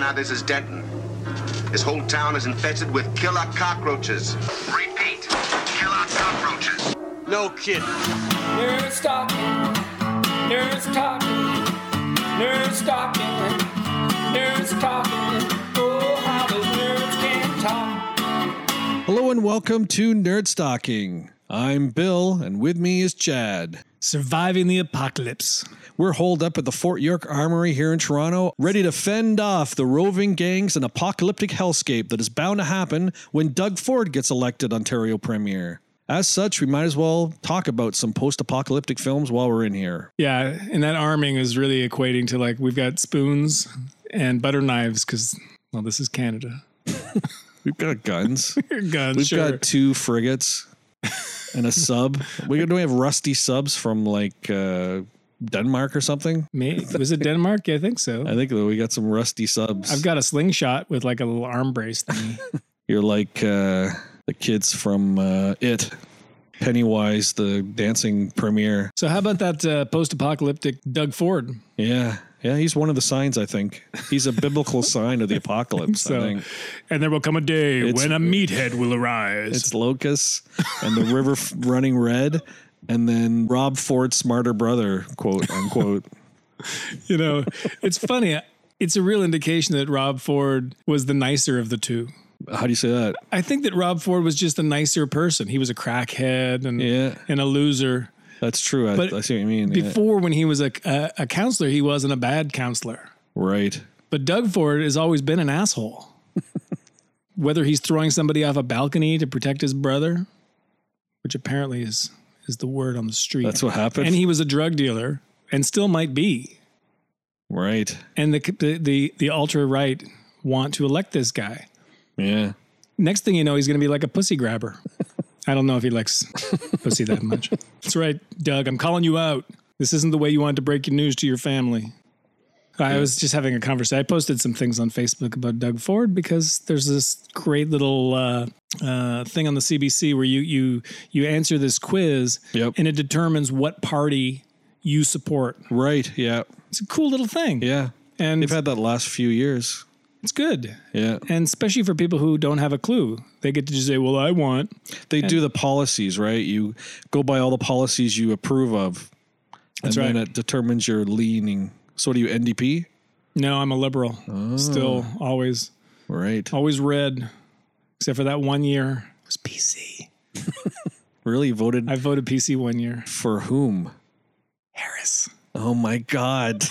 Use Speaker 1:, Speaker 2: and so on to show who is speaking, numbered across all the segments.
Speaker 1: now this is Denton. This whole town is infested with killer cockroaches. Repeat, killer cockroaches.
Speaker 2: No kidding.
Speaker 3: Nerds talking. Nerds talking. Nerds talking. Nerds talking. Oh, how those nerds can talk.
Speaker 4: Hello and welcome to Nerd Stocking. I'm Bill, and with me is Chad.
Speaker 5: Surviving the apocalypse.
Speaker 4: We're holed up at the Fort York Armory here in Toronto, ready to fend off the roving gangs and apocalyptic hellscape that is bound to happen when Doug Ford gets elected Ontario Premier. As such, we might as well talk about some post apocalyptic films while we're in here.
Speaker 5: Yeah, and that arming is really equating to like we've got spoons and butter knives because well, this is Canada.
Speaker 4: We've got guns,
Speaker 5: Guns,
Speaker 4: we've
Speaker 5: sure.
Speaker 4: got two frigates and a sub. We don't we have rusty subs from like uh, Denmark or something.
Speaker 5: May- was it Denmark? Yeah, I think so.
Speaker 4: I think that we got some rusty subs.
Speaker 5: I've got a slingshot with like a little arm brace thingy.
Speaker 4: You're like uh, the kids from uh, It, Pennywise, the dancing premiere.
Speaker 5: so how about that uh, post-apocalyptic Doug Ford?
Speaker 4: Yeah, yeah, he's one of the signs. I think he's a biblical sign of the apocalypse. I
Speaker 5: So,
Speaker 4: think
Speaker 5: and there will come a day
Speaker 4: It's-
Speaker 5: when a meathead will arise.
Speaker 4: it's locusts and the river f- running red, and then Rob Ford's smarter brother, quote unquote.
Speaker 5: you know, it's funny. It's a real indication that Rob Ford was the nicer of the two.
Speaker 4: How do you say that?
Speaker 5: I think that Rob Ford was just a nicer person. He was a crackhead and
Speaker 4: Yeah.
Speaker 5: and a loser.
Speaker 4: That's true. I,
Speaker 5: But
Speaker 4: I see what you mean. yeah.
Speaker 5: Before, when he was a, a a counselor, he wasn't a bad counselor.
Speaker 4: right.
Speaker 5: But Doug Ford has always been an asshole. Whether he's throwing somebody off a balcony to protect his brother, which apparently is is the word on the street.
Speaker 4: That's what happened.
Speaker 5: And he was a drug dealer, and still might be.
Speaker 4: right.
Speaker 5: And the the the, the ultra right want to elect this guy.
Speaker 4: Yeah.
Speaker 5: Next thing you know, he's going to be like a pussy grabber. I don't know if he likes pussy that much. That's right, Doug. I'm calling you out. This isn't the way you wanted to break your news to your family. I was just having a conversation. I posted some things on Facebook about Doug Ford because there's this great little uh, uh, thing on the CBC where you you you answer this quiz
Speaker 4: Yep.
Speaker 5: and it determines what party you support.
Speaker 4: Right. Yeah.
Speaker 5: It's a cool little thing.
Speaker 4: Yeah.
Speaker 5: And
Speaker 4: They've had that last few years.
Speaker 5: it's good.
Speaker 4: Yeah.
Speaker 5: And especially for people who don't have a clue, they get to just say, "Well, I want
Speaker 4: They do the policies, right? You go by all the policies you approve of.
Speaker 5: That's
Speaker 4: and then
Speaker 5: right.
Speaker 4: it determines your leaning. So what are you, NDP?
Speaker 5: No, I'm a liberal. Still,
Speaker 4: Ah.
Speaker 5: always,
Speaker 4: Right.
Speaker 5: always red, except for that one year. It was PC.
Speaker 4: Really voted
Speaker 5: I voted PC one year.
Speaker 4: for whom?
Speaker 5: Harris.
Speaker 4: Oh my God.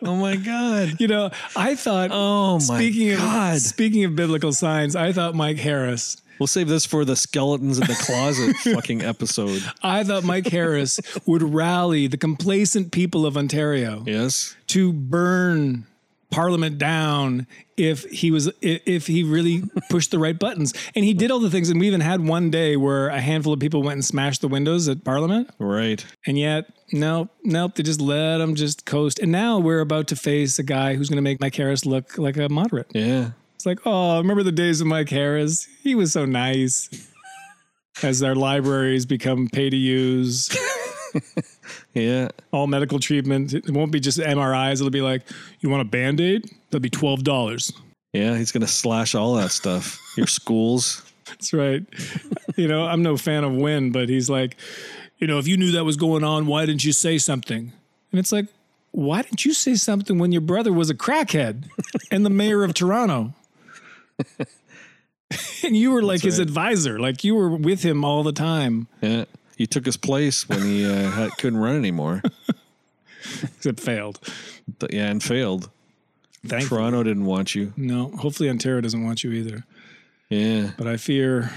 Speaker 4: oh my God.
Speaker 5: You know, I thought.
Speaker 4: Oh my
Speaker 5: speaking
Speaker 4: God.
Speaker 5: of speaking of biblical signs, I thought Mike Harris.
Speaker 4: we'll save this for the skeletons in the closet fucking episode.
Speaker 5: I thought Mike Harris would rally the complacent people of Ontario
Speaker 4: Yes.
Speaker 5: to burn Parliament down if he was i- if he really pushed the right buttons. And he did all the things. And we even had one day where a handful of people went and smashed the windows at Parliament.
Speaker 4: Right.
Speaker 5: And yet, nope, nope, they just let him just coast. And now we're about to face a guy who's going to make Mike Harris look like a moderate.
Speaker 4: Yeah.
Speaker 5: It's like, oh, remember the days of Mike Harris? He was so nice. As our libraries become pay to use,
Speaker 4: Yeah.
Speaker 5: all medical treatment, it won't be just MRIs. It'll be like, you want a band aid? That'll be $12.
Speaker 4: Yeah. He's gonna slash all that stuff. Your schools.
Speaker 5: That's right. you know, I'm no fan of Wynn, but he's like, you know, if you knew that was going on, why didn't you say something? And it's like, why didn't you say something when your brother was a crackhead and the mayor of Toronto? and you were like his
Speaker 4: right.
Speaker 5: advisor, like you were with him all the time,
Speaker 4: Yeah. He took his place when he uh, had, couldn't run anymore.
Speaker 5: except failed.
Speaker 4: Th- Yeah, and failed.
Speaker 5: Thank
Speaker 4: Toronto didn't want you.
Speaker 5: No, hopefully Ontario doesn't want you either.
Speaker 4: Yeah,
Speaker 5: But I fear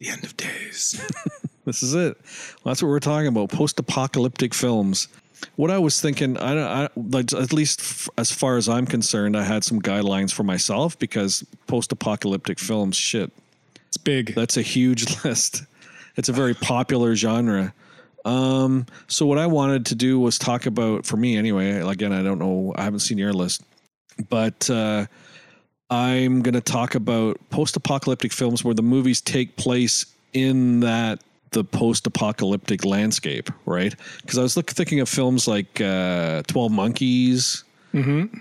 Speaker 5: the end of days.
Speaker 4: this is it. Well, that's what we're talking about: post-apocalyptic films. What I was thinking, I don't, I, like, at least f- as far as I'm concerned, I had some guidelines for myself because post-apocalyptic films, shit,
Speaker 5: It's big.
Speaker 4: that's a huge list. It's a very popular genre. Um, so what I wanted to do was talk about, for me anyway. Again, I don't know, I haven't seen your list, but uh, I'm going to talk about post-apocalyptic films where the movies take place in that the post-apocalyptic landscape, right? Because I was look, thinking of films like uh, Twelve Monkeys,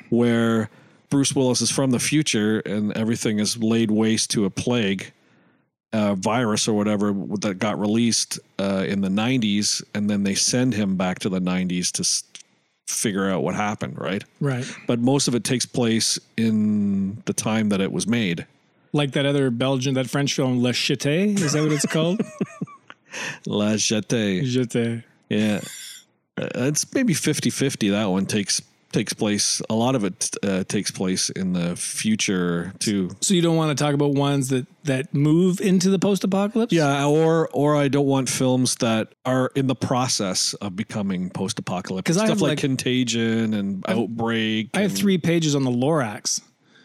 Speaker 4: where Bruce Willis is from the future and everything is laid waste to a plague uh, virus or whatever that got released uh, in the 90s. And then they send him back to the 90s to s- figure out what happened, right?
Speaker 5: Right.
Speaker 4: But most of it takes place in the time that it was made.
Speaker 5: Like that other Belgian, that French film, Le Chete. Is that what it's called?
Speaker 4: La Jetée.
Speaker 5: Jete.
Speaker 4: Yeah. Uh, It's maybe 50-50 that one takes takes place a lot of it uh, takes place in the future too.
Speaker 5: So you don't want to talk about ones that that move into the post-apocalypse?
Speaker 4: Yeah, or or I don't want films that are in the process of becoming post-apocalyptic
Speaker 5: 'Cause I
Speaker 4: stuff
Speaker 5: have,
Speaker 4: like,
Speaker 5: like-
Speaker 4: Contagion and Outbreak.
Speaker 5: I have
Speaker 4: and-
Speaker 5: three pages on the Lorax.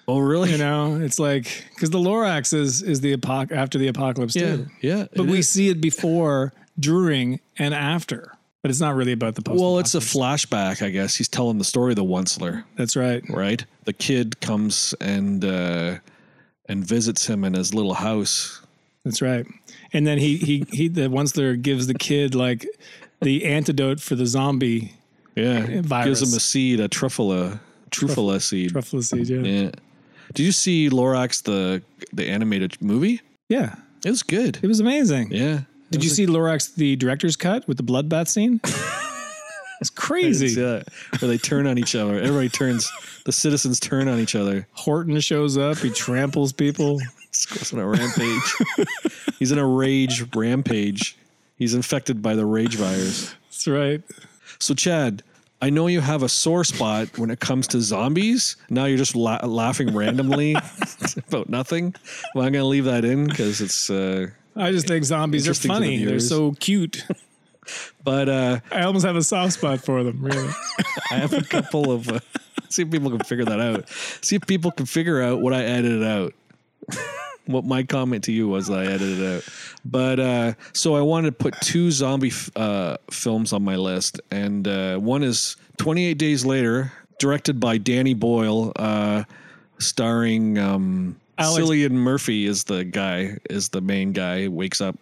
Speaker 4: Oh, really?
Speaker 5: You know, it's like because the Lorax is is the apoc after the apocalypse
Speaker 4: yeah,
Speaker 5: too.
Speaker 4: yeah.
Speaker 5: But
Speaker 4: it
Speaker 5: we
Speaker 4: is.
Speaker 5: see it before, during, and after. But it's not really about the post.
Speaker 4: well, it's a flashback, I guess. He's telling the story of the Onceler.
Speaker 5: that's right.
Speaker 4: right? The kid comes and uh, and visits him in his little house.
Speaker 5: That's right. And then he he he the Onceler gives the kid like the antidote for the zombie
Speaker 4: Yeah,
Speaker 5: virus.
Speaker 4: gives him a seed, a trufula, trufula seed.
Speaker 5: truffle seed. Yeah.
Speaker 4: yeah. Did you see Lorax the the animated movie?
Speaker 5: Yeah.
Speaker 4: It was good.
Speaker 5: It was amazing.
Speaker 4: Yeah.
Speaker 5: Did you see Lorax the director's cut with the bloodbath scene? it's crazy.
Speaker 4: Yeah, where they turn on each other. Everybody turns. The citizens turn on each other.
Speaker 5: Horton shows up. He tramples people.
Speaker 4: He goes on a rampage. He's in a rage rampage. He's infected by the rage virus.
Speaker 5: That's right.
Speaker 4: So, Chad, I know you have a sore spot when it comes to zombies. Now you're just la- laughing randomly about nothing. Well, I'm going to leave that in because it's. Uh,
Speaker 5: I just think zombies are
Speaker 4: Interesting to the
Speaker 5: funny. They're
Speaker 4: viewers.
Speaker 5: so cute.
Speaker 4: but uh,
Speaker 5: I almost have a soft spot for them. Really.
Speaker 4: I have a couple of. Uh, see if people can figure that out. See if people can figure out what I edited out. what my comment to you was that I edited out. But uh, so I wanted to put two zombie f- uh, films on my list, and uh, one is 28 Days Later, directed by Danny Boyle, uh, starring. Um,
Speaker 5: Alex-
Speaker 4: Cillian Murphy is the guy, is the main guy. He wakes up,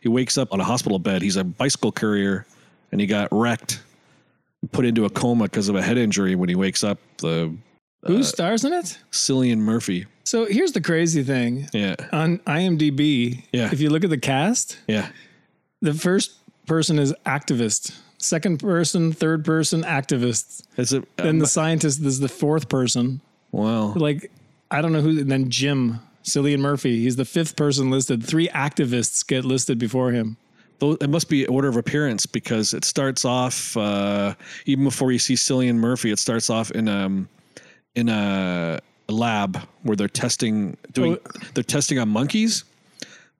Speaker 4: he wakes up on a hospital bed. He's a bicycle courier, and he got wrecked put into a coma because of a head injury when he wakes up. The Uh,
Speaker 5: Who stars in it?
Speaker 4: Cillian Murphy.
Speaker 5: So here's the crazy thing.
Speaker 4: Yeah,
Speaker 5: On IMDb,
Speaker 4: Yeah.
Speaker 5: if you look at the cast,
Speaker 4: yeah,
Speaker 5: the first person is activist. Second person, third person, activist.
Speaker 4: that's it. um,
Speaker 5: Then the scientist is the fourth person.
Speaker 4: wow,
Speaker 5: Like, I don't know who. And then Jim, Cillian Murphy. He's the fifth person listed. Three activists get listed before him.
Speaker 4: Tho- it must be order of appearance because it starts off uh, even before you see Cillian Murphy. It starts off in um in a lab where they're testing doing
Speaker 5: Oh.
Speaker 4: they're testing on monkeys.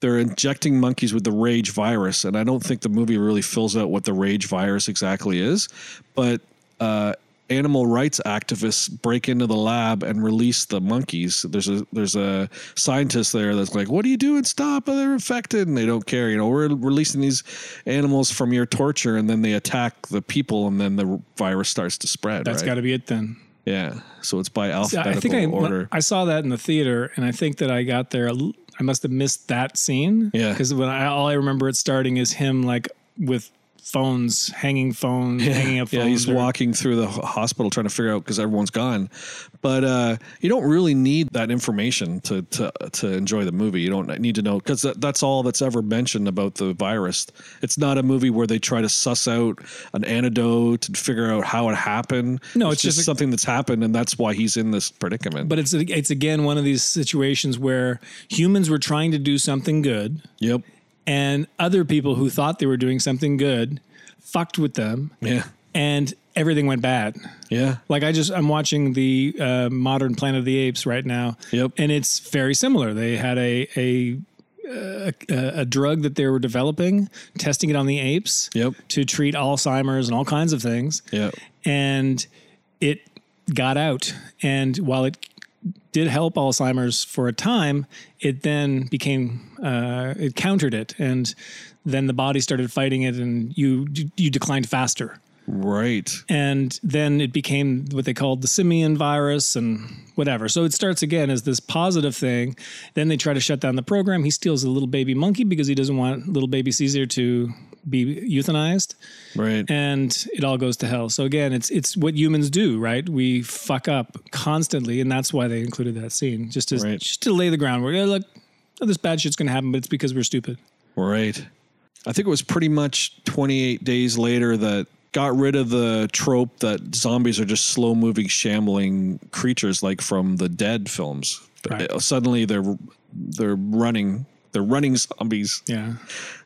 Speaker 4: They're injecting monkeys with the rage virus, and I don't think the movie really fills out what the rage virus exactly is. But uh, animal rights activists break into the lab and release the monkeys. There's a there's a scientist there that's like, "What are you doing? Stop! They're infected, and they don't care. You know, we're releasing these animals from your torture, and then they attack the people, and then the virus starts to spread.
Speaker 5: That's
Speaker 4: right?
Speaker 5: got to be it then.
Speaker 4: yeah. So it's by
Speaker 5: Yeah,
Speaker 4: alphabetical
Speaker 5: I think I,
Speaker 4: order.
Speaker 5: I saw that in the theater, and I think that I got there. a l- I must have missed that scene.
Speaker 4: Yeah.
Speaker 5: because when I, all I remember it starting is him like with phones, hanging phones, hanging up. Phones
Speaker 4: Yeah, he's
Speaker 5: or-
Speaker 4: walking through the ho- hospital trying to figure out because everyone's gone. But uh, you don't really need that information to to to enjoy the movie. You don't need to know because that, that's all that's ever mentioned about the virus. It's not a movie where they try to suss out an antidote and figure out how it happened.
Speaker 5: No, it's
Speaker 4: just,
Speaker 5: just a-
Speaker 4: something that's happened, and that's why he's in this predicament.
Speaker 5: But it's it's again one of these situations where humans were trying to do something good,
Speaker 4: yep,
Speaker 5: and other people who thought they were doing something good fucked with them,
Speaker 4: yeah,
Speaker 5: and everything went bad.
Speaker 4: yeah,
Speaker 5: Like I just I'm watching the uh, modern Planet of the Apes right now.
Speaker 4: Yep.
Speaker 5: And it's very similar. They had a a a, a drug that they were developing, testing it on the apes.
Speaker 4: Yep.
Speaker 5: To treat Alzheimer's and all kinds of things.
Speaker 4: yeah,
Speaker 5: And it got out. And while it did help Alzheimer's for a time, it then became uh, it countered it, and then the body started fighting it, and you you declined faster.
Speaker 4: Right.
Speaker 5: and then it became what they called the simian virus and whatever. So it starts again as this positive thing. Then they try to shut down the program. He steals a little baby monkey because he doesn't want little baby Caesar to be euthanized,
Speaker 4: Right.
Speaker 5: and it all goes to hell. So again, it's it's what humans do, right? We fuck up constantly, and that's why they included that scene just to
Speaker 4: Right.
Speaker 5: just to lay the groundwork. Yeah, look, this bad shit's gonna happen, but it's because we're stupid.
Speaker 4: Right. I think it was pretty much 28 days later that got rid of the trope that zombies are just slow moving, shambling creatures like from the Dead films.
Speaker 5: Right.
Speaker 4: Uh, Suddenly they're they're running. They're running zombies.
Speaker 5: Yeah,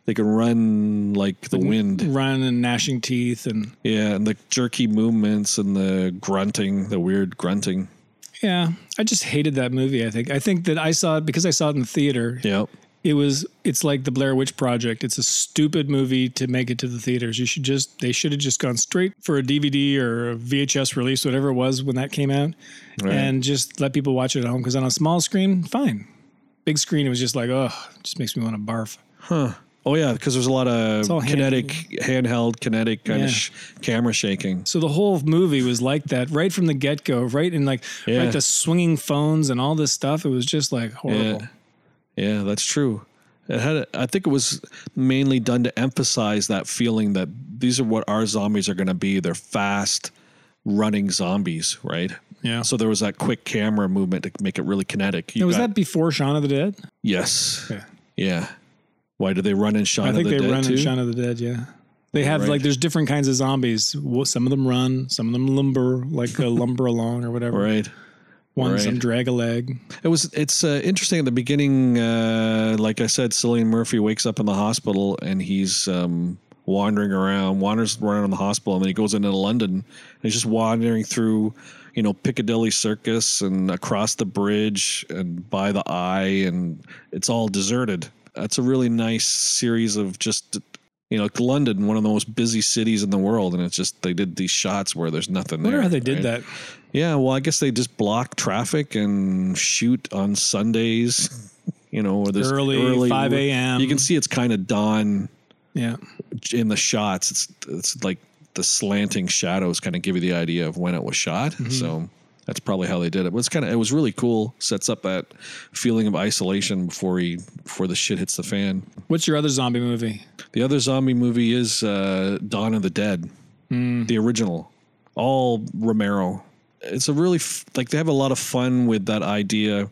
Speaker 4: They can run like
Speaker 5: Mm-hmm.
Speaker 4: the wind.
Speaker 5: run and gnashing teeth and
Speaker 4: Yeah, and the jerky movements and the grunting, the weird grunting.
Speaker 5: Yeah, I just hated that movie. I think I think that I saw it because I saw it in the theater.
Speaker 4: Yep.
Speaker 5: It was it's like the Blair Witch Project. It's a stupid movie to make it to the theaters. You should just they should have just gone straight for a DVD or a VHS release, whatever it was when that came out,
Speaker 4: Right.
Speaker 5: and just let people watch it at home. Because on a small screen, fine. Big screen, it was just like oh, just makes me want to barf.
Speaker 4: Oh yeah, because there's a lot of
Speaker 5: all hand-
Speaker 4: kinetic, handheld, kinetic kind
Speaker 5: Yeah.
Speaker 4: of sh- camera shaking.
Speaker 5: So the whole movie was like that right from the get go, right in like
Speaker 4: Yeah.
Speaker 5: right the swinging phones and all this stuff. It was just like horrible.
Speaker 4: Yeah. Yeah, that's true. It had a- I think it was mainly done to emphasize that feeling that these are what our zombies are going to be. They're fast running zombies, right?
Speaker 5: Yeah.
Speaker 4: So there was that quick camera movement to make it really kinetic. You
Speaker 5: Now, was
Speaker 4: got-
Speaker 5: that before Shaun of the Dead?
Speaker 4: Yes.
Speaker 5: Yeah.
Speaker 4: Yeah. Why do they run in Shaun
Speaker 5: I
Speaker 4: of
Speaker 5: think
Speaker 4: the
Speaker 5: they
Speaker 4: Dead
Speaker 5: run
Speaker 4: too?
Speaker 5: in Shaun of the Dead. Yeah, they have
Speaker 4: Right.
Speaker 5: like there's different kinds of zombies. Wo- Some of them run, some of them lumber, like uh, lumber along or whatever.
Speaker 4: right.
Speaker 5: One
Speaker 4: right.
Speaker 5: some drag a leg.
Speaker 4: It was. It's uh, interesting at the beginning. Uh, like I said, Cillian Murphy wakes up in the hospital and he's um, wandering around, wanders around the hospital, and then he goes into London and he's just wandering through, you know, Piccadilly Circus and across the bridge and by the Eye, and it's all deserted. That's a really nice series of just. You know, like London, one of the most busy cities in the world, and it's just they did these shots where there's nothing.
Speaker 5: I wonder
Speaker 4: there,
Speaker 5: how they did
Speaker 4: right?
Speaker 5: that.
Speaker 4: Yeah, well, I guess they just block traffic and shoot on Sundays. You know, or there's
Speaker 5: Early, 5 a.m..
Speaker 4: You can see it's kind of dawn
Speaker 5: Yeah,
Speaker 4: in the shots. It's it's like the slanting shadows kind of give you the idea of when it was shot. So that's probably how they did it. But it's kind of it was really cool. Sets up that feeling of isolation before he before the shit hits the fan.
Speaker 5: what's your other zombie movie?
Speaker 4: The other zombie movie is uh, Dawn of the Dead, the original, all Romero. It's a really f- like they have a lot of fun with that idea.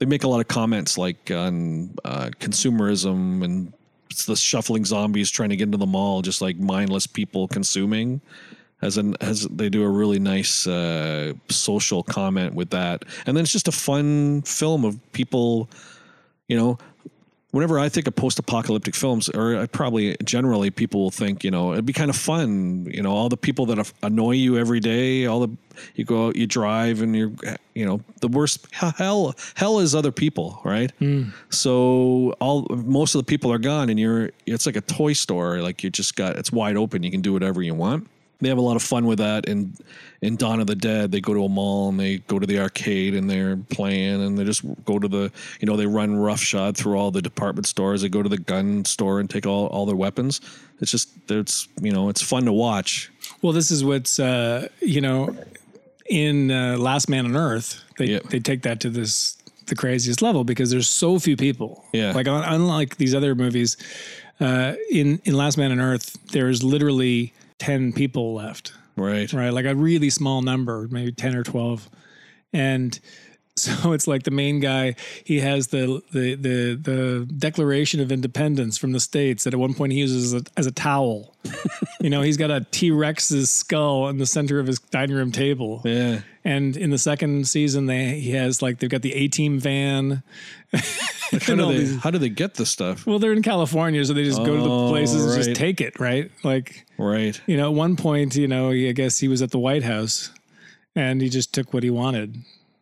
Speaker 4: They make a lot of comments like on uh, consumerism and it's the shuffling zombies trying to get into the mall, just like mindless people consuming. As an as they do a really nice uh, social comment with that, and then it's just a fun film of people, you know, whenever I think of post-apocalyptic films, or I probably generally people will think, you know, it'd be kind of fun, you know, all the people that af- annoy you every day, all the you go out, you drive, and you're, you know, the worst hell hell is other people, right? So all most of the people are gone, and you're it's like a toy store, like you just got it's wide open, you can do whatever you want they have a lot of fun with that and in Dawn of the Dead they go to a mall and they go to the arcade and they're playing and they just go to the you know they run roughshod through all the department stores they go to the gun store and take all, all their weapons it's just it's you know it's fun to watch
Speaker 5: Well, this is what's uh, you know in uh, Last Man on Earth. They
Speaker 4: Yeah.
Speaker 5: they take that to this the craziest level because there's so few people.
Speaker 4: Yeah.
Speaker 5: like un- unlike these other movies, uh, in in Last Man on Earth, there's literally ten people left.
Speaker 4: right
Speaker 5: right? Like a really small number, maybe 10 or 12. And so it's like the main guy, he has the the the, the Declaration of Independence from the States that at one point he uses as a, as a towel. you know, he's got a T Rex's skull in the center of his dining room table.
Speaker 4: yeah
Speaker 5: And in the second season, they he has like they've got the A Team van.
Speaker 4: how
Speaker 5: And
Speaker 4: do
Speaker 5: all
Speaker 4: they
Speaker 5: these-
Speaker 4: how do they get this stuff
Speaker 5: well, they're in California, so they just go to the
Speaker 4: Oh,
Speaker 5: places and
Speaker 4: right.
Speaker 5: just take it, right? Like
Speaker 4: right
Speaker 5: you know, at one point, you know, I guess he was at the White House and he just took what he wanted.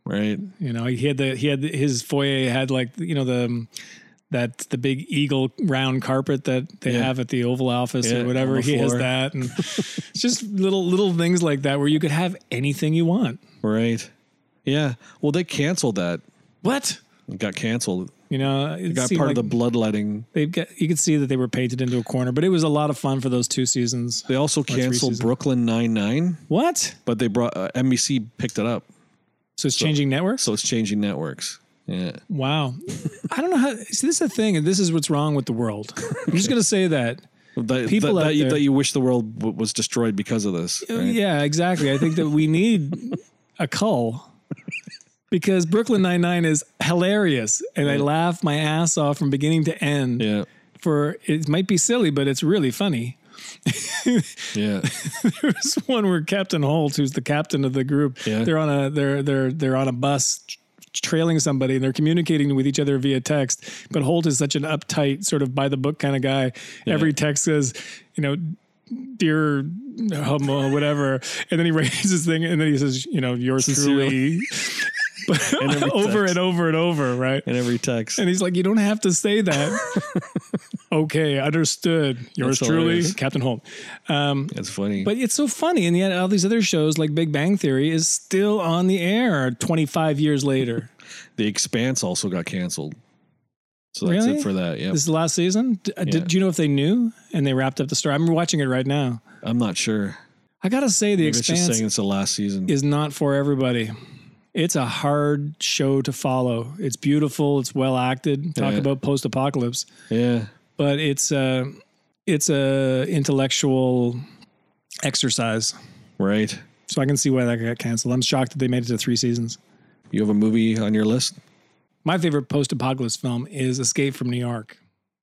Speaker 4: right
Speaker 5: You know, he had the he had his foyer had like you know the that the big eagle round carpet that they
Speaker 4: Yeah.
Speaker 5: have at the Oval Office
Speaker 4: Yeah,
Speaker 5: or
Speaker 4: on
Speaker 5: whatever.
Speaker 4: the
Speaker 5: He has
Speaker 4: floor.
Speaker 5: that, and it's just little little things like that where you could have anything you want.
Speaker 4: right yeah well they canceled that
Speaker 5: What?
Speaker 4: it got canceled
Speaker 5: You know, it
Speaker 4: Got
Speaker 5: seemed
Speaker 4: part
Speaker 5: like
Speaker 4: of the bloodletting.
Speaker 5: They've got, you could see that they were painted into a corner, but it was a lot of fun for those two seasons.
Speaker 4: They also
Speaker 5: three
Speaker 4: canceled
Speaker 5: seasons.
Speaker 4: Brooklyn Nine Nine,
Speaker 5: What?
Speaker 4: but they brought uh, NBC picked it up,
Speaker 5: So it's changing networks?
Speaker 4: so it's changing networks. Yeah,
Speaker 5: Wow. I don't know how. See, this is the thing, and this is what's wrong with the world. I'm just going to say that.
Speaker 4: that,
Speaker 5: People
Speaker 4: that, that,
Speaker 5: out
Speaker 4: you,
Speaker 5: there- Oh,
Speaker 4: that you wish the world w- was destroyed because of this. right?
Speaker 5: Yeah, exactly. I think that we need a cull because Brooklyn Nine-Nine is hilarious, and I laugh my ass off from beginning to end.
Speaker 4: yeah,
Speaker 5: For It might be silly, but it's really funny.
Speaker 4: yeah.
Speaker 5: There's one where Captain Holt, who's the captain of the group,
Speaker 4: Yeah.
Speaker 5: they're on a they're they're they're on a bus t- trailing somebody and they're communicating with each other via text. But Holt is such an uptight, sort of by the book kind of guy. Every text says, you know, dear homo, whatever, and then he raises his thing and then he says, you know, yours
Speaker 4: Sincerely.
Speaker 5: truly. But
Speaker 4: every
Speaker 5: over
Speaker 4: text.
Speaker 5: and over and over, right?
Speaker 4: In every text,
Speaker 5: And he's like, you don't have to say that. okay, understood. Yours
Speaker 4: That's
Speaker 5: truly,
Speaker 4: hilarious.
Speaker 5: Captain Holt.
Speaker 4: it's funny.
Speaker 5: But it's so funny, and yet all these other shows like Big Bang Theory is still on the air 25 years later.
Speaker 4: the Expanse also got canceled, so that's
Speaker 5: Really?
Speaker 4: it for that. Yeah,
Speaker 5: this is the last season. D- uh,
Speaker 4: Yeah.
Speaker 5: Did, do you know if they knew and they wrapped up the story? I'm watching it right now.
Speaker 4: I'm not sure.
Speaker 5: I gotta say, The
Speaker 4: Maybe it's just
Speaker 5: Expanse
Speaker 4: saying it's the last season.
Speaker 5: is not for everybody. It's a hard show to follow. It's beautiful. It's well acted. Talk
Speaker 4: Yeah.
Speaker 5: about post apocalypse,
Speaker 4: yeah,
Speaker 5: but it's a it's a intellectual exercise.
Speaker 4: right.
Speaker 5: So I can see why that got canceled. I'm shocked that they made it to three seasons.
Speaker 4: You have a movie on your list,
Speaker 5: my favorite post-apocalypse film is Escape from New York.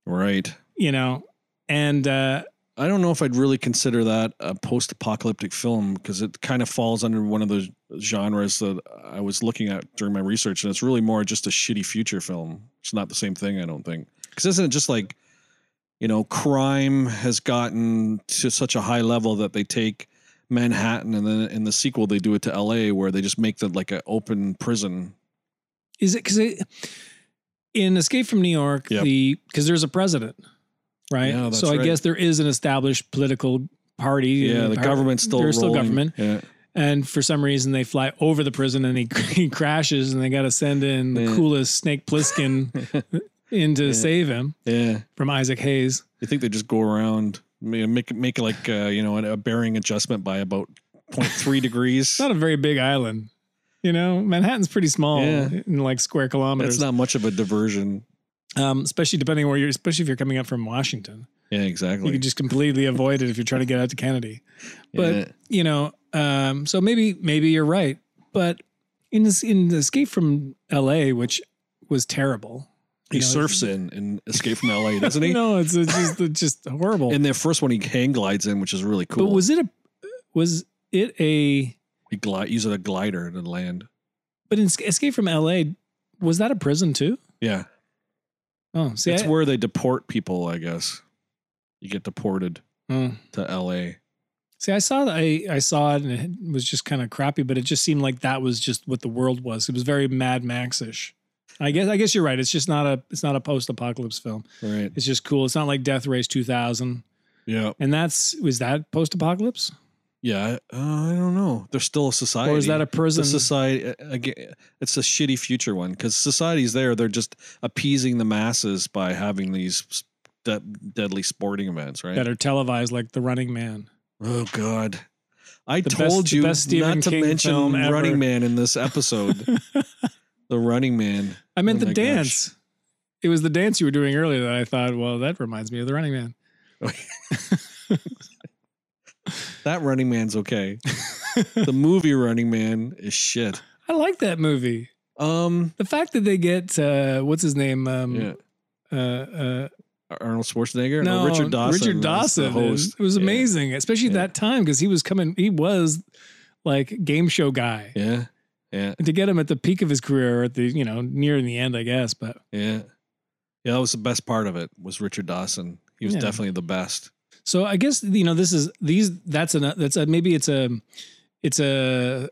Speaker 4: right?
Speaker 5: You know, and uh,
Speaker 4: I don't know if I'd really consider that a post-apocalyptic film because it kind of falls under one of the genres that I was looking at during my research, and it's really more just a shitty future film. It's not the same thing, I don't think. Because isn't it just like, you know, crime has gotten to such a high level that they take Manhattan, and then in the sequel they do it to L.A., where they just make that like an open prison.
Speaker 5: is it because it, in Escape from New York,
Speaker 4: Yep.
Speaker 5: the because there's a president, right?
Speaker 4: Yeah, that's
Speaker 5: so I
Speaker 4: right.
Speaker 5: guess there is an established political party.
Speaker 4: Yeah,
Speaker 5: and
Speaker 4: the
Speaker 5: par-
Speaker 4: government's still
Speaker 5: there's still
Speaker 4: rolling.
Speaker 5: government,
Speaker 4: Yeah,
Speaker 5: and for some reason they fly over the prison and he, he crashes, and they got to send in the
Speaker 4: Yeah.
Speaker 5: coolest Snake Plissken in to save him
Speaker 4: yeah.
Speaker 5: from Isaac Hayes.
Speaker 4: You think they just go around ma- make make like uh, you know a bearing adjustment by about 0.3 degrees?
Speaker 5: It's not a very big island. You know, Manhattan's pretty small
Speaker 4: Yeah.
Speaker 5: in like square kilometers.
Speaker 4: That's not much of a diversion.
Speaker 5: um, especially depending where you're, especially if you're coming up from Washington,
Speaker 4: Yeah, exactly.
Speaker 5: you can just completely avoid it if you're trying to get out to Kennedy. But
Speaker 4: Yeah.
Speaker 5: you know, um, so maybe maybe you're right. But in this in the escape from L.A., which was terrible,
Speaker 4: he
Speaker 5: you know,
Speaker 4: surfs in in Escape from LA, doesn't he?
Speaker 5: no, it's, it's just it's just horrible.
Speaker 4: In the first one, he hang glides in, which is really cool.
Speaker 5: But was it a was it a?
Speaker 4: he glide uses a glider to land?
Speaker 5: But in Esca- Escape from L.A., was that a prison too?
Speaker 4: Yeah,
Speaker 5: Oh, see,
Speaker 4: it's
Speaker 5: I-
Speaker 4: where they deport people. I guess you get deported
Speaker 5: Hmm.
Speaker 4: to LA.
Speaker 5: See, I saw that I, I saw it and it was just kind of crappy, but it just seemed like that was just what the world was. It was very Mad Max ish. I guess I guess you're right. It's just not a it's not a post apocalypse film.
Speaker 4: Right.
Speaker 5: It's just cool. It's not like Death Race 2000.
Speaker 4: Yeah.
Speaker 5: And that's was that post apocalypse
Speaker 4: Yeah. I- Uh, I don't know. There's still a society.
Speaker 5: or is that a prison?
Speaker 4: the society uh, again it's a shitty future one because society's there they're just appeasing the masses by having these s- de- deadly sporting events right
Speaker 5: that are televised like The Running Man.
Speaker 4: oh god i
Speaker 5: The best-
Speaker 4: told
Speaker 5: the
Speaker 4: you
Speaker 5: best Stephen
Speaker 4: not to
Speaker 5: King
Speaker 4: mention
Speaker 5: film ever.
Speaker 4: running man in this episode the running man
Speaker 5: I meant
Speaker 4: Oh
Speaker 5: the
Speaker 4: my gosh.
Speaker 5: dance. It was the dance you were doing earlier that I thought, well, that reminds me of The Running Man.
Speaker 4: that running man's okay the movie running man is shit
Speaker 5: I like that movie.
Speaker 4: um
Speaker 5: The fact that they get uh, what's his name um,
Speaker 4: yeah
Speaker 5: uh, uh,
Speaker 4: arnold schwarzenegger no, richard dawson
Speaker 5: Richard
Speaker 4: was the
Speaker 5: Dawson.
Speaker 4: host.
Speaker 5: It was
Speaker 4: Yeah.
Speaker 5: amazing, especially
Speaker 4: Yeah.
Speaker 5: that time because he was coming. He was like game show guy.
Speaker 4: yeah yeah
Speaker 5: And to get him at the peak of his career, or at the you know near the end, I guess. But
Speaker 4: Yeah. Yeah, that was the best part of it was Richard Dawson. He was
Speaker 5: Yeah.
Speaker 4: definitely the best.
Speaker 5: so I guess you know this is these. That's an that's a maybe it's a it's a